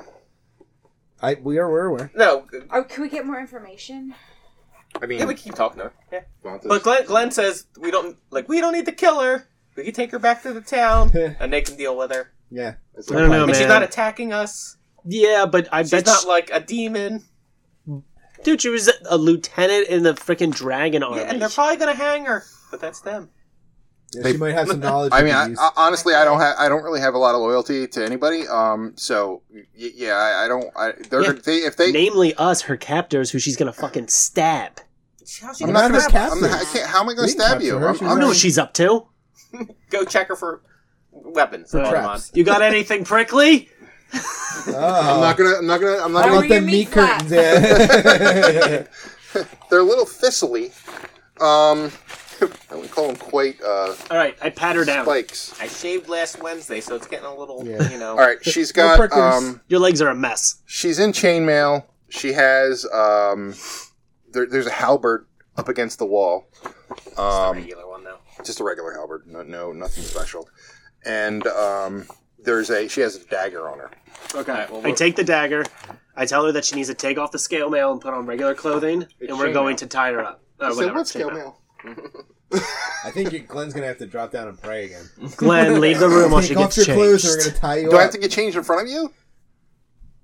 Speaker 2: I we are we're aware.
Speaker 5: No.
Speaker 3: Or Oh, can we get more information?
Speaker 1: I mean,
Speaker 5: Yeah, we keep talking to her. Yeah.
Speaker 1: Vonta's-
Speaker 5: But Glenn, Glenn says we don't like we don't need to kill her. We can take her back to the town, and they can deal with her.
Speaker 2: Yeah,
Speaker 1: it's
Speaker 4: I don't know,
Speaker 5: and she's
Speaker 4: Oh, man.
Speaker 5: not attacking us.
Speaker 4: Yeah, but I
Speaker 5: She's
Speaker 4: bet
Speaker 5: not
Speaker 4: she-
Speaker 5: like a demon.
Speaker 4: dude, she was a lieutenant in the freaking dragon army.
Speaker 5: Yeah, and they're probably gonna hang her. But that's them.
Speaker 2: Yeah,
Speaker 1: They-
Speaker 2: she might have some knowledge.
Speaker 1: I
Speaker 2: we
Speaker 1: mean,
Speaker 2: could
Speaker 1: I,
Speaker 2: use.
Speaker 1: I- honestly, I don't have, I don't really have a lot of loyalty to anybody. Um, so y- yeah, I, I don't. I, they're
Speaker 4: Yeah.
Speaker 1: they, if they,
Speaker 4: Namely, us, her captors, who she's gonna fucking stab.
Speaker 5: How's she
Speaker 1: I'm not
Speaker 5: gonna
Speaker 2: None of
Speaker 1: gonna,
Speaker 2: us
Speaker 5: grab her?
Speaker 1: I'm not, I can't, how am I gonna
Speaker 2: We didn't
Speaker 1: stab
Speaker 2: capture
Speaker 1: you?
Speaker 2: her,
Speaker 1: I'm,
Speaker 2: she
Speaker 1: I'm
Speaker 2: was
Speaker 4: You know what she's up to?
Speaker 5: Go check her for weapons. Oh,
Speaker 4: For
Speaker 5: Come
Speaker 2: traps.
Speaker 4: You got anything prickly?
Speaker 2: Oh.
Speaker 1: I'm not gonna. I'm not gonna. I'm not
Speaker 3: How
Speaker 2: I
Speaker 1: gonna.
Speaker 3: are
Speaker 2: want
Speaker 3: your
Speaker 2: them
Speaker 3: meat
Speaker 2: meat
Speaker 3: flaps?
Speaker 2: curtains. Yeah.
Speaker 1: They're a little thistly. Um, I would call them quite uh,
Speaker 4: All right, I pat her down.
Speaker 1: spikes.
Speaker 5: on. I shaved last Wednesday, so it's getting a little,
Speaker 2: Yeah.
Speaker 5: you know.
Speaker 1: All right, she's
Speaker 2: No
Speaker 1: got.
Speaker 2: prickers.
Speaker 1: Um,
Speaker 4: Your legs are a mess.
Speaker 1: she's in chainmail. She has. Um, there, there's a halberd up against the wall.
Speaker 5: Just a
Speaker 1: Um,
Speaker 5: regular one though.
Speaker 1: just a regular halberd, no, no nothing special. And um, there's a she has a dagger on her.
Speaker 5: Okay. well,
Speaker 4: I
Speaker 5: we're-
Speaker 4: take the dagger. I tell her that she needs to take off the scale mail and put on regular clothing,
Speaker 1: It's
Speaker 4: and we're
Speaker 1: chainmail.
Speaker 4: going to tie her up. Uh, whatever, chainmail.
Speaker 2: I think you- Glenn's gonna have to drop down and pray again.
Speaker 4: Glenn, leave the room while she
Speaker 2: Take off
Speaker 4: gets
Speaker 2: your
Speaker 4: changed.
Speaker 2: clothes, or we're gonna tie you
Speaker 1: Do I have
Speaker 2: up.
Speaker 1: to get changed in front of you?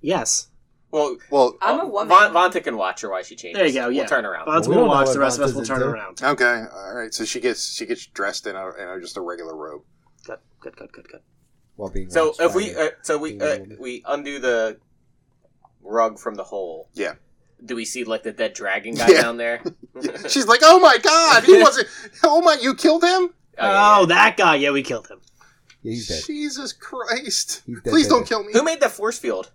Speaker 4: Yes.
Speaker 5: well,
Speaker 1: Well,
Speaker 3: I'm
Speaker 5: Oh,
Speaker 3: a woman.
Speaker 5: Von, Vonta can watch her while she
Speaker 4: Oh,
Speaker 5: changes.
Speaker 4: There you go, yeah.
Speaker 5: We'll turn around.
Speaker 4: Bonds
Speaker 2: we
Speaker 4: will
Speaker 2: don't know
Speaker 4: watch.
Speaker 2: what
Speaker 4: The rest of us
Speaker 2: Bonds
Speaker 4: will
Speaker 2: is
Speaker 4: turn
Speaker 2: doing.
Speaker 4: around.
Speaker 1: okay, all right. So she gets she gets dressed in a, in a, just a regular robe.
Speaker 4: Good, good, good, good, good.
Speaker 2: While being
Speaker 5: So
Speaker 2: watched
Speaker 5: if
Speaker 2: by
Speaker 5: we,
Speaker 2: the-
Speaker 5: uh, so we, uh, we undo the rug from the hole.
Speaker 1: Yeah.
Speaker 5: Do we see like the dead dragon guy
Speaker 1: Yeah.
Speaker 5: down there? Oh,
Speaker 1: She's like, oh my god, he wasn't. Oh my, you killed him.
Speaker 4: Oh, that guy. Yeah, we killed him.
Speaker 2: yeah, he's dead.
Speaker 1: Jesus Christ!
Speaker 2: He's dead,
Speaker 1: Please
Speaker 2: dead,
Speaker 1: don't
Speaker 2: dead.
Speaker 1: kill me.
Speaker 5: Who made that force field?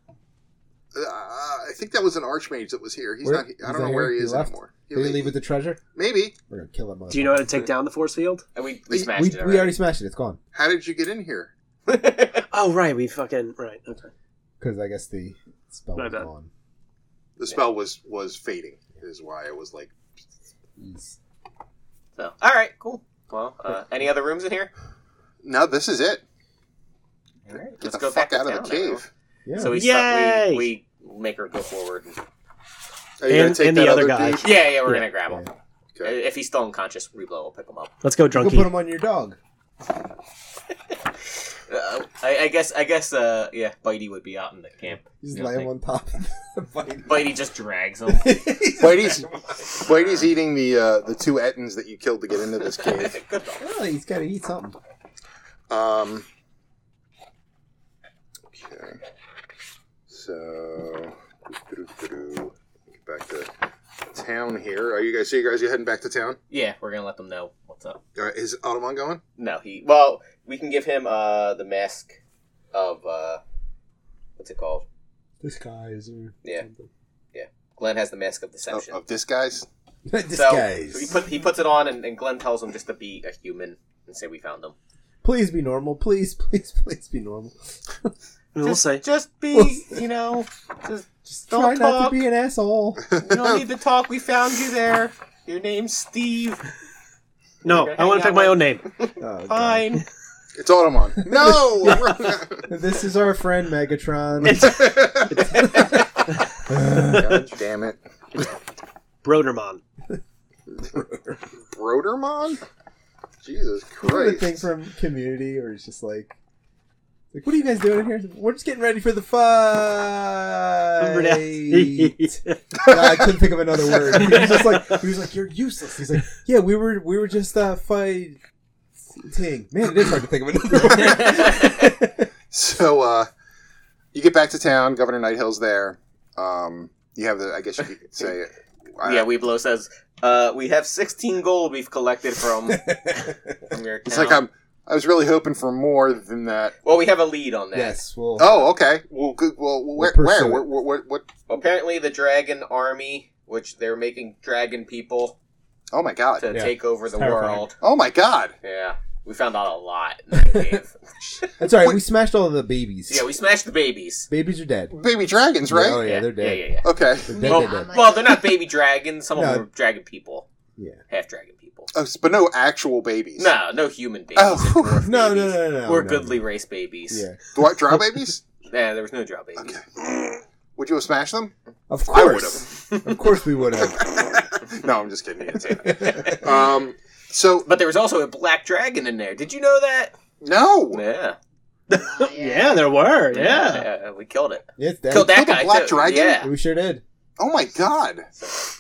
Speaker 1: Uh, I think that was an archmage that was here. He's
Speaker 2: Where-
Speaker 1: not.
Speaker 2: is
Speaker 1: I
Speaker 2: that
Speaker 1: don't know
Speaker 2: here?
Speaker 1: where he
Speaker 2: He
Speaker 1: is
Speaker 2: left?
Speaker 1: anymore.
Speaker 2: Did we leave with the treasure?
Speaker 1: Maybe.
Speaker 2: We're gonna kill that motherfucker.
Speaker 4: Do you know how to take down the force field?
Speaker 5: And we,
Speaker 1: We-
Speaker 5: we smashed
Speaker 2: we,
Speaker 5: it
Speaker 2: we
Speaker 5: already.
Speaker 2: already smashed it. It's gone.
Speaker 1: How did you get in here?
Speaker 4: Oh, right. We fucking right. Okay.
Speaker 2: Because I guess the spell
Speaker 4: My
Speaker 2: was
Speaker 4: bad.
Speaker 2: gone.
Speaker 1: The spell was was fading. Is why it was like.
Speaker 2: Jeez.
Speaker 5: so, all right, cool. Well, uh, any other rooms in here?
Speaker 1: No, this is it.
Speaker 5: All right,
Speaker 1: Get the fuck out of the
Speaker 5: everyone.
Speaker 1: cave.
Speaker 2: Yeah.
Speaker 5: So we,
Speaker 4: Yay!
Speaker 5: Start, we we make her go forward.
Speaker 1: Are you gonna
Speaker 4: And-
Speaker 1: take
Speaker 4: and
Speaker 1: that
Speaker 4: the other guy.
Speaker 1: dude?
Speaker 5: Yeah, yeah, we're
Speaker 4: Yeah.
Speaker 5: gonna grab him. Uh,
Speaker 1: Okay.
Speaker 5: If he's still unconscious, Reblow will pick him up.
Speaker 4: Let's go,
Speaker 2: you can put
Speaker 4: drunkie.
Speaker 2: him on your dog.
Speaker 5: Uh, I, I guess, I guess, uh, yeah, Bitey would be out in the camp.
Speaker 2: Just
Speaker 5: Yeah,
Speaker 2: lay him
Speaker 5: thank-
Speaker 2: on top. of the
Speaker 5: Bitey just drags him.
Speaker 2: bite.
Speaker 1: Whitey's, Whitey's eating the uh, the two ettins that you killed to get into this cave.
Speaker 5: Good dog.
Speaker 2: Well, he's gotta eat something.
Speaker 1: Um, okay. So, doo-doo-doo-doo. get back to town here. Are you guys? So you guys, you heading back to town?
Speaker 5: Yeah, we're gonna let them know what's up.
Speaker 1: All right, is Ottoman going?
Speaker 5: No, he. Well, we can give him uh the mask of uh, what's it called?
Speaker 2: Disguise or
Speaker 5: Yeah.
Speaker 2: something.
Speaker 5: Glenn has the mask of
Speaker 1: Of,
Speaker 5: deception.
Speaker 1: of this guy's?
Speaker 2: Disguise.
Speaker 5: he, put, he puts it on, and, and Glenn tells him just to be a human and say we found him.
Speaker 2: please be normal. Please, please, please be normal.
Speaker 4: And we'll say
Speaker 5: Just be, you know, just
Speaker 2: Just
Speaker 5: Don't
Speaker 2: try not
Speaker 5: talk.
Speaker 2: to be an asshole. Oh,
Speaker 5: you don't need to talk. We found you there. Your name's Steve.
Speaker 4: no.
Speaker 5: Okay,
Speaker 4: I want to pick
Speaker 5: hang on,
Speaker 4: my
Speaker 5: wait.
Speaker 4: own name.
Speaker 2: Oh, God.
Speaker 5: Fine.
Speaker 1: It's Ottoman. No.
Speaker 2: This is our friend Megatron.
Speaker 1: God damn it,
Speaker 4: Brodermon.
Speaker 1: Brodermon. Jesus
Speaker 2: Remember the
Speaker 1: Christ.
Speaker 2: thing from Community, or it's just like, like, what are you guys doing in here? We're just getting ready for the fight. Yeah, I couldn't think of another word. He was just like, he was like, you're useless. He's like, yeah, we were, we were just uh, fighting. Man, it is hard to think of another word.
Speaker 1: So uh, you get back to town. Governor Nighthill's there. Um, you have the, I guess you could say, Wow.
Speaker 5: Yeah, Weeblo says, uh, we have 16 gold we've collected from, from your
Speaker 1: It's
Speaker 5: town.
Speaker 1: like I'm. I was really hoping for more than that.
Speaker 5: Well, we have a lead on that.
Speaker 2: yes, well,
Speaker 1: Oh, okay. Well, good. Well, where?
Speaker 2: pursue
Speaker 1: Where?
Speaker 2: it.
Speaker 1: What? What? What?
Speaker 5: Apparently, the dragon army, which they're making dragon people
Speaker 1: Oh my god.
Speaker 5: to
Speaker 2: Yeah.
Speaker 5: take over
Speaker 2: It's
Speaker 5: the
Speaker 2: terrifying.
Speaker 5: world.
Speaker 1: Oh my god.
Speaker 5: Yeah, we found out a lot. In that cave.
Speaker 2: that's all right. We smashed all of the babies.
Speaker 5: yeah, we smashed the babies.
Speaker 2: babies are dead.
Speaker 1: Baby dragons, right?
Speaker 2: Yeah, oh yeah, they're dead.
Speaker 5: Yeah, yeah, yeah.
Speaker 1: Okay.
Speaker 2: They're dead.
Speaker 5: Well,
Speaker 2: they're dead.
Speaker 5: well, they're not baby dragons. Some of
Speaker 2: No.
Speaker 5: them are dragon people,
Speaker 2: Yeah.
Speaker 5: half dragon people.
Speaker 1: Oh, s- but no actual babies.
Speaker 5: No, no human babies.
Speaker 1: Oh.
Speaker 5: they're dwarf
Speaker 2: No, no,
Speaker 5: babies.
Speaker 2: no, no, no.
Speaker 5: We're
Speaker 2: no,
Speaker 5: goodly
Speaker 2: no.
Speaker 5: race babies.
Speaker 2: Yeah,
Speaker 1: What? Drow babies?
Speaker 5: Nah, there was no draw babies.
Speaker 1: Okay. Would you have smashed them?
Speaker 2: of
Speaker 1: I would've.
Speaker 2: course, of course we would have.
Speaker 1: no, I'm just kidding. You didn't say that. Um. So
Speaker 5: But there was also a black dragon in there. Did you know that?
Speaker 1: no.
Speaker 5: Yeah.
Speaker 4: Yeah, there were. Yeah.
Speaker 5: yeah we killed it.
Speaker 2: Yeah, it's dead.
Speaker 5: Killed that
Speaker 1: Killed a
Speaker 5: guy
Speaker 1: black
Speaker 5: too.
Speaker 1: dragon?
Speaker 5: Yeah.
Speaker 2: We sure did.
Speaker 1: Oh my god.
Speaker 5: So,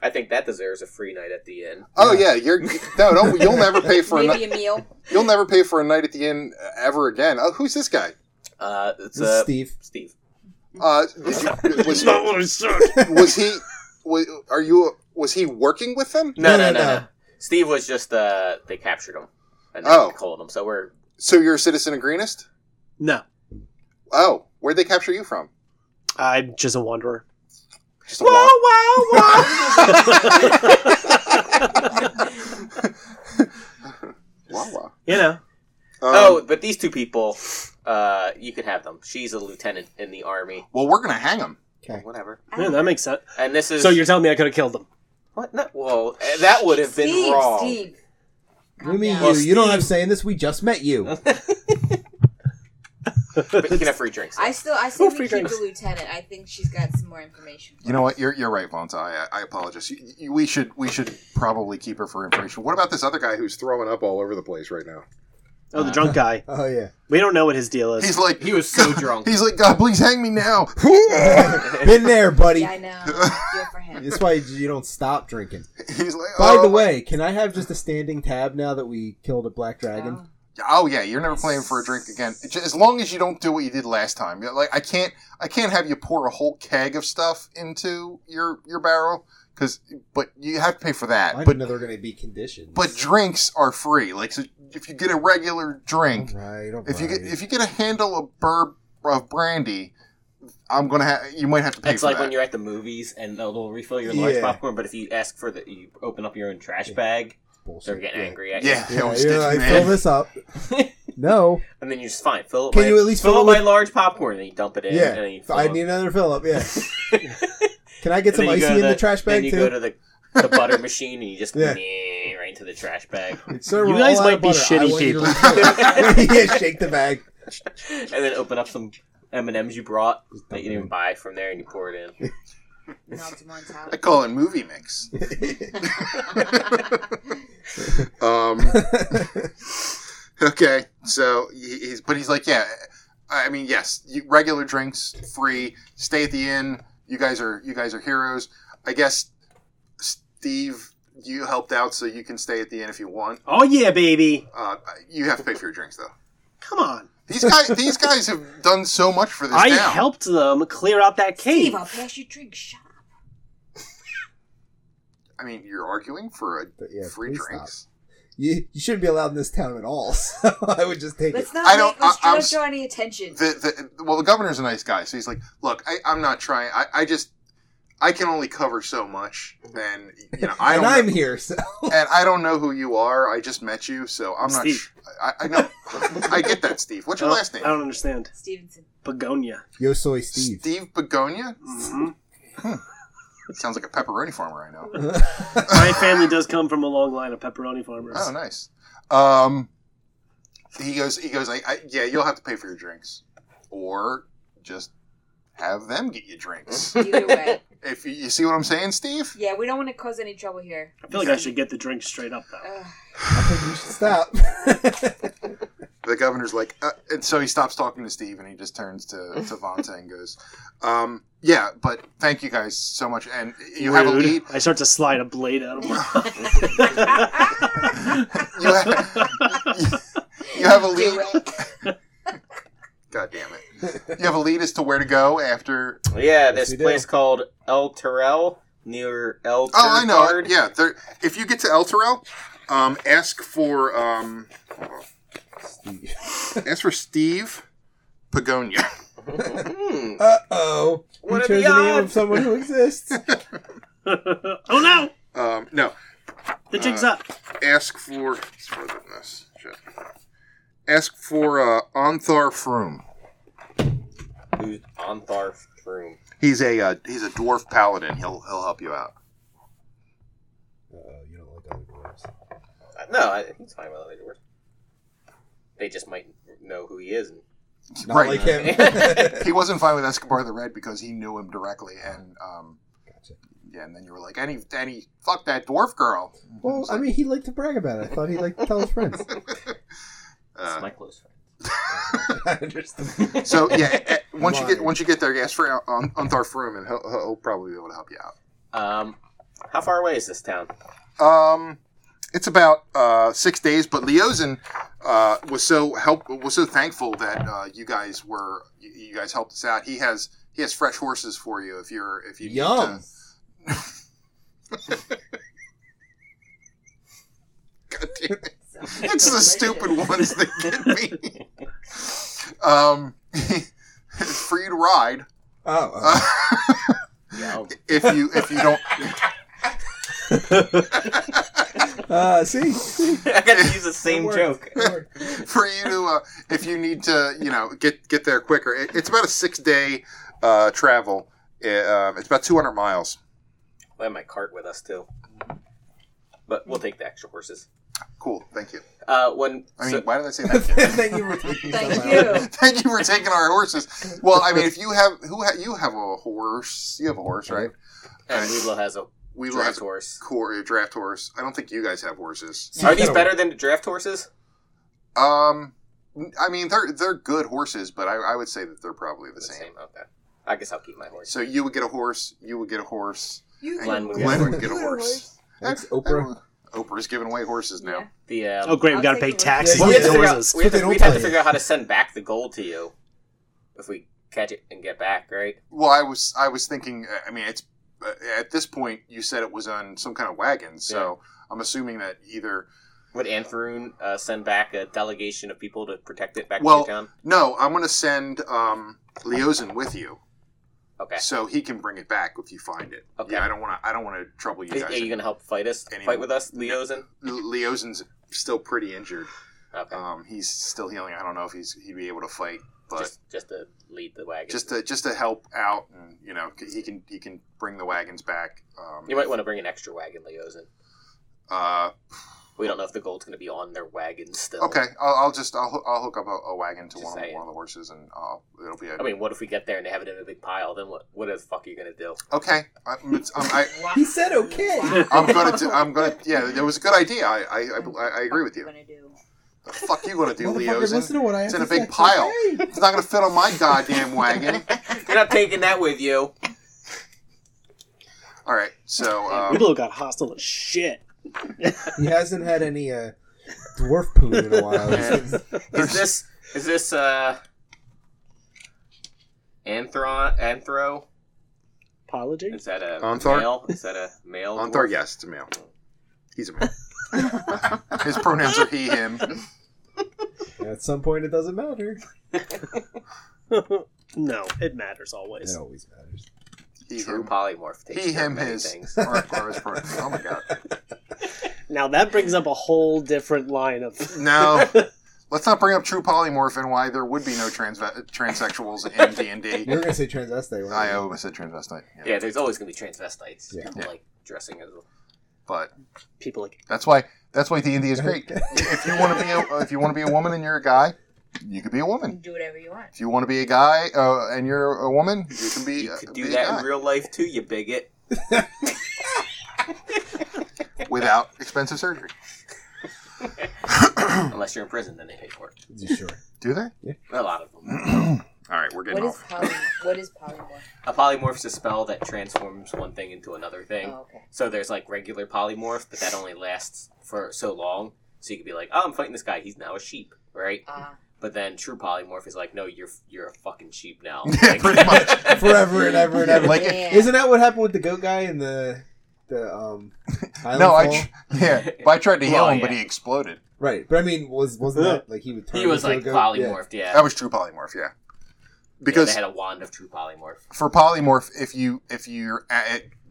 Speaker 5: I think that deserves a free night at the end.
Speaker 1: Oh yeah. You're no. Don't. You'll never pay for a.
Speaker 3: Maybe
Speaker 1: ni-
Speaker 3: a meal.
Speaker 1: You'll never pay for a night at the inn uh, ever again. Oh, who's this guy?
Speaker 5: Uh, it's
Speaker 2: This is
Speaker 5: uh,
Speaker 2: Steve.
Speaker 5: Steve.
Speaker 1: Uh, did you, was,
Speaker 4: what I said.
Speaker 1: was he? Was, are you? Was he working with them?
Speaker 2: No,
Speaker 5: No, no, no,
Speaker 2: no,
Speaker 5: no.
Speaker 2: no.
Speaker 5: Steve was just uh, they captured him and they
Speaker 1: Oh.
Speaker 5: called him. So we're
Speaker 1: So you're a citizen of Greenest?
Speaker 4: No,
Speaker 1: Oh, where'd they capture you from?
Speaker 4: I'm just a wanderer.
Speaker 1: Just a walk?
Speaker 4: wow,
Speaker 1: Wawa.
Speaker 4: you know,
Speaker 1: Um,
Speaker 5: oh, but these two people, uh, you could have them. She's a lieutenant in the army.
Speaker 1: well, we're gonna hang him.
Speaker 2: Okay.
Speaker 5: Whatever.
Speaker 4: yeah, that makes sense.
Speaker 5: And this is
Speaker 4: So you're telling me I could have killed them?
Speaker 5: what? No, well, uh, that would have been
Speaker 3: Steve,
Speaker 5: wrong.
Speaker 3: Steve.
Speaker 2: We mean
Speaker 3: down.
Speaker 2: you. You don't have saying this. We just met you.
Speaker 5: But you can have free drinks.
Speaker 3: I still, I still
Speaker 4: Oh,
Speaker 3: we
Speaker 4: free
Speaker 3: keep
Speaker 4: drinks.
Speaker 3: the lieutenant. I think she's got some more information.
Speaker 1: You know what? You're you're right, Vonta. I, I apologize. You, you, we should we should probably keep her for information. What about this other guy who's throwing up all over the place right now?
Speaker 4: Oh, the drunk guy.
Speaker 2: Oh yeah,
Speaker 4: We don't know what his deal
Speaker 1: uh, He's
Speaker 4: is.
Speaker 1: like
Speaker 5: He was so drunk.
Speaker 1: he's like God, please hang me now.
Speaker 2: been there, buddy.
Speaker 3: Yeah, I know. Good for him.
Speaker 2: That's why you don't stop drinking.
Speaker 1: he's like.
Speaker 2: By
Speaker 1: oh,
Speaker 2: the
Speaker 1: my-
Speaker 2: way, can I have just a standing tab now that we killed a black dragon?
Speaker 3: Oh.
Speaker 1: Oh yeah, you're never playing for a drink again. J- As long as you don't do what you did last time. You're Like I can't, I can't have you pour a whole keg of stuff into your your barrel because, but you have to pay for
Speaker 2: I
Speaker 1: that.
Speaker 2: didn't
Speaker 1: but
Speaker 2: know they were going to be conditioned.
Speaker 1: but drinks are free. Like so if you get a regular drink,
Speaker 2: right, all
Speaker 1: if you get
Speaker 2: right.
Speaker 1: if you get a handle of burb of brandy, I'm gonna have you might have to pay
Speaker 5: It's
Speaker 1: for
Speaker 5: like
Speaker 1: that.
Speaker 5: when you're at the movies and they'll refill your large
Speaker 2: Yeah.
Speaker 5: popcorn, but if you ask for the, you open up your own trash
Speaker 2: Yeah.
Speaker 5: bag, they're
Speaker 2: Bullshit.
Speaker 5: getting
Speaker 2: yeah.
Speaker 5: angry at you.
Speaker 1: yeah,
Speaker 2: Yeah,
Speaker 1: was
Speaker 2: you're
Speaker 1: just
Speaker 2: like,
Speaker 1: mad.
Speaker 2: fill this up. no,
Speaker 5: And then you're just fine. Fill it.
Speaker 2: Can
Speaker 5: with-
Speaker 2: you at least fill
Speaker 5: fill
Speaker 2: it
Speaker 5: it with
Speaker 2: with-
Speaker 5: large popcorn? And then you dump it in.
Speaker 2: yeah.
Speaker 5: And then you fill
Speaker 2: I
Speaker 5: it-
Speaker 2: need another fill up. Yeah. Can I get
Speaker 5: and
Speaker 2: some
Speaker 5: then you
Speaker 2: icy
Speaker 5: go to
Speaker 2: in the, trash
Speaker 5: Then
Speaker 2: bag
Speaker 5: you
Speaker 2: too?
Speaker 5: go to the, the butter machine and you just
Speaker 2: Yeah.
Speaker 5: meh, right into the trash bag,
Speaker 2: Sir,
Speaker 4: You
Speaker 2: we're
Speaker 4: guys
Speaker 2: all out
Speaker 4: might
Speaker 2: of
Speaker 4: be
Speaker 2: butter. I
Speaker 4: shitty
Speaker 2: want you to
Speaker 5: people.
Speaker 2: leave. yeah, shake the bag.
Speaker 5: and then open up some M and M's you brought that you didn't buy from there, and you pour it in.
Speaker 3: Knocked him on top.
Speaker 1: I call it movie mix. um, okay, so he- he's but he's like, yeah. I mean, yes, you, regular drinks free. Stay at the inn. You guys are you guys are heroes. I guess Steve, you helped out, so you can stay at the inn if you want.
Speaker 4: Oh yeah, baby.
Speaker 1: Uh, you have to pay for your drinks though.
Speaker 4: Come on.
Speaker 1: These guys, these guys have done so much for this
Speaker 4: I
Speaker 1: town.
Speaker 4: helped them clear out that cave.
Speaker 3: Steve, I'll pass you drink. Shut up.
Speaker 1: I mean, you're arguing for a
Speaker 2: But yeah,
Speaker 1: free
Speaker 2: please stop.
Speaker 1: drinks.
Speaker 2: You, you shouldn't be allowed in this town at all. So I would just take
Speaker 3: Let's
Speaker 2: it.
Speaker 3: not.
Speaker 1: I don't-
Speaker 3: make, let's
Speaker 1: I-
Speaker 3: try
Speaker 1: I'm
Speaker 3: to
Speaker 1: s-
Speaker 3: draw any attention.
Speaker 1: The, the, well, the governor's a nice guy, so he's like, "Look, I, I'm not trying. I, I just, I can only cover so much, and you know, I don't,
Speaker 2: and I'm
Speaker 1: know,
Speaker 2: here. So
Speaker 1: and I don't know who you are. I just met you, so I'm not.
Speaker 4: Steve.
Speaker 1: sh- I, I know. I get that, Steve. What's your
Speaker 4: Oh,
Speaker 1: last name?
Speaker 4: I don't understand.
Speaker 3: Stevenson.
Speaker 4: Begonia.
Speaker 2: yo soy Steve.
Speaker 1: Steve. Begonia.
Speaker 4: Mhm.
Speaker 1: Sounds like a pepperoni farmer. I know.
Speaker 4: My family does come from a long line of pepperoni farmers.
Speaker 1: Oh, nice. Um, he goes. He goes. I, I, yeah, you'll have to pay for your drinks, or just have them get you drinks.
Speaker 3: Either way.
Speaker 1: if you, you see what I'm saying, Steve.
Speaker 3: Yeah, we don't want to cause any trouble here.
Speaker 4: I feel like I should get the drink straight up though.
Speaker 3: Ugh.
Speaker 2: I think you should stop.
Speaker 1: the governor's like, uh, and so he stops talking to Steve and he just turns to, to Vonta and goes, um, yeah, but thank you guys so much. And you have a
Speaker 4: Rude.
Speaker 1: lead.
Speaker 4: I start to slide a blade out of my
Speaker 1: You have, you have a lead.
Speaker 3: Do it.
Speaker 1: God damn it. You have a lead as to where to go after.
Speaker 5: Yeah, this
Speaker 2: we do.
Speaker 5: place called El Terrell.
Speaker 6: near El.
Speaker 1: Oh, I know.
Speaker 6: Turgard.
Speaker 1: Yeah, there, if you get to El Terrell, um, ask for um,
Speaker 2: Steve.
Speaker 1: ask for Steve Pagonia.
Speaker 6: Hmm.
Speaker 2: Uh oh. We
Speaker 6: What are
Speaker 2: chose
Speaker 6: the
Speaker 2: the name of
Speaker 6: odds?
Speaker 2: someone who exists. Uh,
Speaker 4: oh no,
Speaker 1: Um, no,
Speaker 4: the jig's
Speaker 1: Uh,
Speaker 4: up.
Speaker 1: ask for it's further than this. Shit. Ask for uh, Onthar Froom.
Speaker 5: Who's on Tharf room?
Speaker 1: He's a uh, he's a dwarf paladin. He'll he'll help you out.
Speaker 2: Uh-oh, you don't like other dwarves.
Speaker 5: Uh, No, I, he's fine with other dwarves. They just might know who he is. And,
Speaker 2: Not
Speaker 1: Right.
Speaker 2: like him.
Speaker 1: He wasn't fine with Escobar the Red because he knew him directly, and um,
Speaker 2: Gotcha.
Speaker 1: yeah, and then you were like, any any fuck that dwarf girl.
Speaker 2: well, I mean, he liked to brag about it. I thought he liked to tell his friends.
Speaker 1: Uh,
Speaker 5: it's my close friend.
Speaker 2: I understand.
Speaker 1: so yeah, eh, eh, once you get
Speaker 2: Liar.
Speaker 1: once you get there, ask for on Onthar Froom, and he'll, he'll probably be able to help you out.
Speaker 5: Um, how far away is this town?
Speaker 1: Um, it's about uh, six days, but Leozin uh, was so help was so thankful that uh, you guys were you, you guys helped us out. He has he has fresh horses for you if you're if you need
Speaker 2: Yum.
Speaker 1: to- God damn it. It's the stupid ones that get me. Um, it's for you to ride.
Speaker 2: Oh, oh.
Speaker 1: Uh,
Speaker 5: Yeah, I'll-
Speaker 1: if you if you don't
Speaker 2: Uh, see? See?
Speaker 5: I got to use the same
Speaker 2: It worked.
Speaker 5: joke.
Speaker 2: It worked.
Speaker 1: for you to uh, if you need to you know get get there quicker it, it's about a six day uh, travel it, um, it's about 200 miles
Speaker 5: I have my cart with us too, but we'll take the extra horses.
Speaker 1: cool thank you
Speaker 5: Uh, when
Speaker 1: i mean
Speaker 5: so-
Speaker 1: why did i say that
Speaker 2: Thank you for taking
Speaker 3: Thank
Speaker 2: some
Speaker 3: you.
Speaker 2: out.
Speaker 1: thank you for taking our horses well i mean if you have who ha- you have a horse you have a horse right
Speaker 5: and uh, Weevil has a
Speaker 1: we will have
Speaker 5: draft
Speaker 1: a
Speaker 5: horse.
Speaker 1: cor- a draft horse i don't think you guys have horses
Speaker 2: See,
Speaker 5: Are these
Speaker 2: kinda
Speaker 5: better than the draft horses?
Speaker 1: um i mean they're they're good horses but i, I would say that they're probably the,
Speaker 5: The
Speaker 1: same.
Speaker 5: same. Okay. I guess I'll keep my horse.
Speaker 1: so you would get a horse you would get a horse Eh,
Speaker 3: You
Speaker 5: Glenn would
Speaker 1: Glenn
Speaker 5: get a
Speaker 1: would get a horse
Speaker 2: Thanks, Oprah.
Speaker 1: oprah's giving away horses now
Speaker 5: The um,
Speaker 4: Oh great, we
Speaker 3: I'll
Speaker 4: gotta
Speaker 3: take
Speaker 4: pay
Speaker 3: the one.
Speaker 4: taxes.
Speaker 2: Yeah,
Speaker 4: on
Speaker 5: we
Speaker 2: yeah,
Speaker 4: Oh, the
Speaker 5: have to figure out,
Speaker 4: horses.
Speaker 5: we
Speaker 2: But
Speaker 5: have
Speaker 2: they
Speaker 5: to,
Speaker 2: don't
Speaker 5: we'd have to
Speaker 2: play.
Speaker 5: figure out how to send back the gold to you if we catch it and get back, right?
Speaker 1: Well, I was I was thinking. I mean, it's uh, at this point you said it was on some kind of wagon, so I'm assuming that either.
Speaker 5: Would Anthrun uh, send back a delegation of people to protect it back
Speaker 1: Well-
Speaker 5: to your town?
Speaker 1: No, I'm going to send um, Leozin with you,
Speaker 5: Okay.
Speaker 1: so he can bring it back if you find it.
Speaker 5: Okay.
Speaker 1: Yeah, I don't want to. I don't want to trouble you
Speaker 5: Is- are
Speaker 1: guys.
Speaker 5: you going to help fight us?
Speaker 1: Anyone-
Speaker 5: Fight with us, Leo's in?
Speaker 1: Le- Leozin's still pretty injured.
Speaker 5: Okay.
Speaker 1: Um, he's still healing. I don't know if he's he'd be able to fight, but just,
Speaker 5: just, just to lead the wagon.
Speaker 1: to just to help out, and you know, c- he can he can bring the wagons back. Um,
Speaker 5: you might want to bring an extra wagon, Leo's in.
Speaker 1: uh,
Speaker 5: We don't know if the gold's going to be on their wagon still.
Speaker 1: Okay, I'll, I'll just I'll, hoo- I'll hook up a, a wagon to
Speaker 5: Just
Speaker 1: one, of-
Speaker 5: saying.
Speaker 1: one of the horses, and I'll, it'll be a
Speaker 5: I mean, what if we get there and they have it in a big pile? Then what? What the fuck are you going to do?
Speaker 1: okay. I'm, it's, I'm, I,
Speaker 2: He said okay.
Speaker 1: I'm gonna do. I'm gonna. Yeah, it was a good idea. I I, I, I agree with you.
Speaker 3: Gonna do.
Speaker 1: The fuck you gonna do,
Speaker 2: Motherfucker,
Speaker 1: Leo's?
Speaker 2: listen to what I
Speaker 1: it's
Speaker 2: have
Speaker 1: in
Speaker 2: to
Speaker 1: a big
Speaker 2: say.
Speaker 1: pile.
Speaker 2: Hey.
Speaker 1: It's not gonna fit on my goddamn wagon.
Speaker 5: You're not taking that with you.
Speaker 1: All right, so um,
Speaker 4: Weevil got hostile as shit.
Speaker 2: He hasn't had any uh, dwarf poo in a while.
Speaker 1: Yeah.
Speaker 5: Is this is this uh Anthron Anthro?
Speaker 4: Apology.
Speaker 5: Is that a
Speaker 1: Anthar?
Speaker 5: male? Is that a male?
Speaker 1: on
Speaker 5: dwarf?
Speaker 1: Thor, yes, it's a male. He's a male. His pronouns are he, him.
Speaker 2: At some point, it doesn't matter.
Speaker 4: no, it matters always.
Speaker 2: It always matters.
Speaker 1: He,
Speaker 5: True
Speaker 1: him.
Speaker 5: polymorph. takes
Speaker 1: He,
Speaker 5: care of
Speaker 1: him,
Speaker 5: many
Speaker 1: his.
Speaker 5: Things.
Speaker 1: Or, or his pronoun. Oh my god.
Speaker 4: Now that brings up a whole different line of
Speaker 1: No. Let's not bring up true polymorph and why there would be no trans- transsexuals in D and
Speaker 2: You
Speaker 1: D.
Speaker 2: were gonna say transvestite. weren't
Speaker 1: I
Speaker 2: you?
Speaker 1: always said transvestite. Yeah.
Speaker 5: Yeah, there's always going to be transvestites.
Speaker 2: Yeah.
Speaker 5: People like dressing as.
Speaker 1: But
Speaker 4: people like
Speaker 1: that's why that's why D and D is great. if you want to be a, if you want to be a woman and you're a guy, you could be a
Speaker 3: You can
Speaker 1: woman.
Speaker 3: do whatever you want.
Speaker 1: If you want to be a guy uh, and you're a woman, you can be.
Speaker 5: You
Speaker 1: uh,
Speaker 5: could
Speaker 1: be
Speaker 5: do
Speaker 1: a
Speaker 5: that
Speaker 1: guy
Speaker 5: in real life too, you bigot.
Speaker 1: without expensive surgery.
Speaker 5: Unless you're in prison, then they pay for it.
Speaker 2: Yeah, Sure.
Speaker 1: Do they?
Speaker 5: A lot of them.
Speaker 1: All right, we're
Speaker 3: What
Speaker 1: getting
Speaker 3: is
Speaker 1: off.
Speaker 3: poly? What is polymorph?
Speaker 5: A polymorph's a spell that transforms one thing into another thing.
Speaker 3: Oh, okay.
Speaker 5: So there's like regular polymorph, but that only lasts for so long. So you could be like, oh, I'm fighting this guy. He's now a sheep, right?
Speaker 3: Uh,
Speaker 5: But then True Polymorph is like, no, you're you're a fucking sheep now.
Speaker 1: Yeah, pretty much.
Speaker 2: forever and ever and ever.
Speaker 1: Like it-
Speaker 3: yeah.
Speaker 2: Isn't that what happened with the goat guy and the the um? Island
Speaker 1: no, I
Speaker 2: Fall?
Speaker 1: tr- yeah, but I tried to heal
Speaker 5: Well,
Speaker 1: him, but
Speaker 5: yeah.
Speaker 1: he exploded.
Speaker 2: right, but I mean, was wasn't that like he would? Turn
Speaker 5: he was
Speaker 2: into a
Speaker 5: like
Speaker 2: goat?
Speaker 5: polymorphed, yeah.
Speaker 1: That was true polymorph, yeah. Because
Speaker 5: yeah, they had a wand of true polymorph.
Speaker 1: for polymorph, if you if you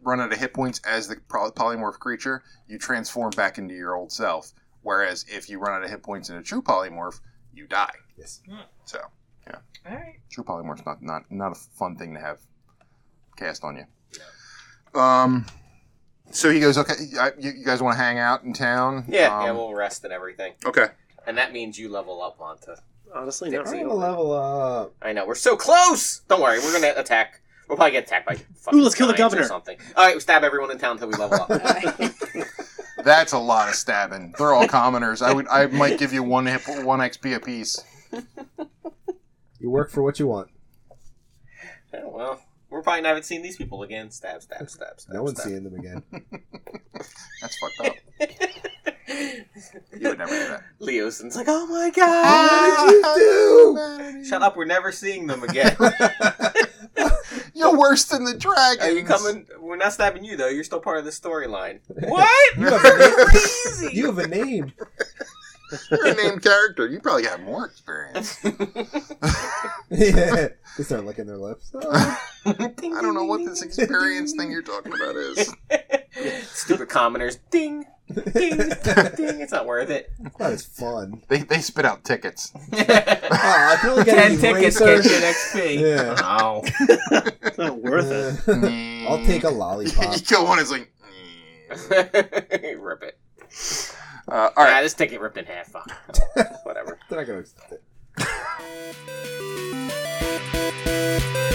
Speaker 1: run out of hit points as the pro- polymorph creature, you transform back into your old self. Whereas if you run out of hit points in a true polymorph, you die.
Speaker 2: Yes.
Speaker 1: So
Speaker 3: All right.
Speaker 1: true polymorph's not not not a fun thing to have cast on you. Um. So he goes, okay. I, you, you guys want to hang out in town?
Speaker 5: Yeah,
Speaker 1: Um,
Speaker 5: yeah, we'll rest and everything,
Speaker 1: okay.
Speaker 5: and that means you level up, Monta.
Speaker 4: Honestly, no.
Speaker 2: Yeah.
Speaker 5: Dixie.
Speaker 2: I'm gonna level up.
Speaker 5: I know we're so close. Don't worry, we're gonna attack. We'll probably get attacked by fucking
Speaker 4: Ooh, let's kill the
Speaker 5: giants
Speaker 4: governor.
Speaker 5: or something. All right, we stab everyone in town until we level up.
Speaker 1: That's a lot of stabbing. They're all commoners. I would, I might give you one hip, one XP apiece.
Speaker 2: You work for what you want.
Speaker 5: Yeah, well, we're probably not even seeing these people again. Stab, stab, stab, stab.
Speaker 2: No one's
Speaker 5: stab.
Speaker 2: seeing them again.
Speaker 1: That's fucked up. You would never do that.
Speaker 5: Leoson's like, oh my god!
Speaker 2: What did you
Speaker 5: Shut up, we're never seeing them again.
Speaker 1: You're worse than the dragon.
Speaker 5: Are you coming? We're not stabbing you though. You're still part of the storyline.
Speaker 2: do? You have a name.
Speaker 5: Crazy.
Speaker 2: You have a name.
Speaker 1: You're a named character. You probably have more experience.
Speaker 2: yeah. They start licking their lips. Oh.
Speaker 1: I don't know what this experience thing you're talking about is.
Speaker 5: Stupid commoners. Ding, ding, ding. It's not worth it.
Speaker 2: It's not as fun.
Speaker 1: They, they spit out tickets.
Speaker 2: Oh, I can only get
Speaker 5: Ten
Speaker 2: an
Speaker 5: tickets
Speaker 2: eraser.
Speaker 5: get you an XP.
Speaker 2: Yeah.
Speaker 5: Oh.
Speaker 4: It's not worth it.
Speaker 2: Uh, I'll take a lollipop.
Speaker 1: you kill one. It's like. mm.
Speaker 5: Rip it.
Speaker 1: Uh, all
Speaker 5: Yeah,
Speaker 1: right.
Speaker 5: this ticket ripped in half. Fuck. Whatever.
Speaker 2: They're not gonna accept it.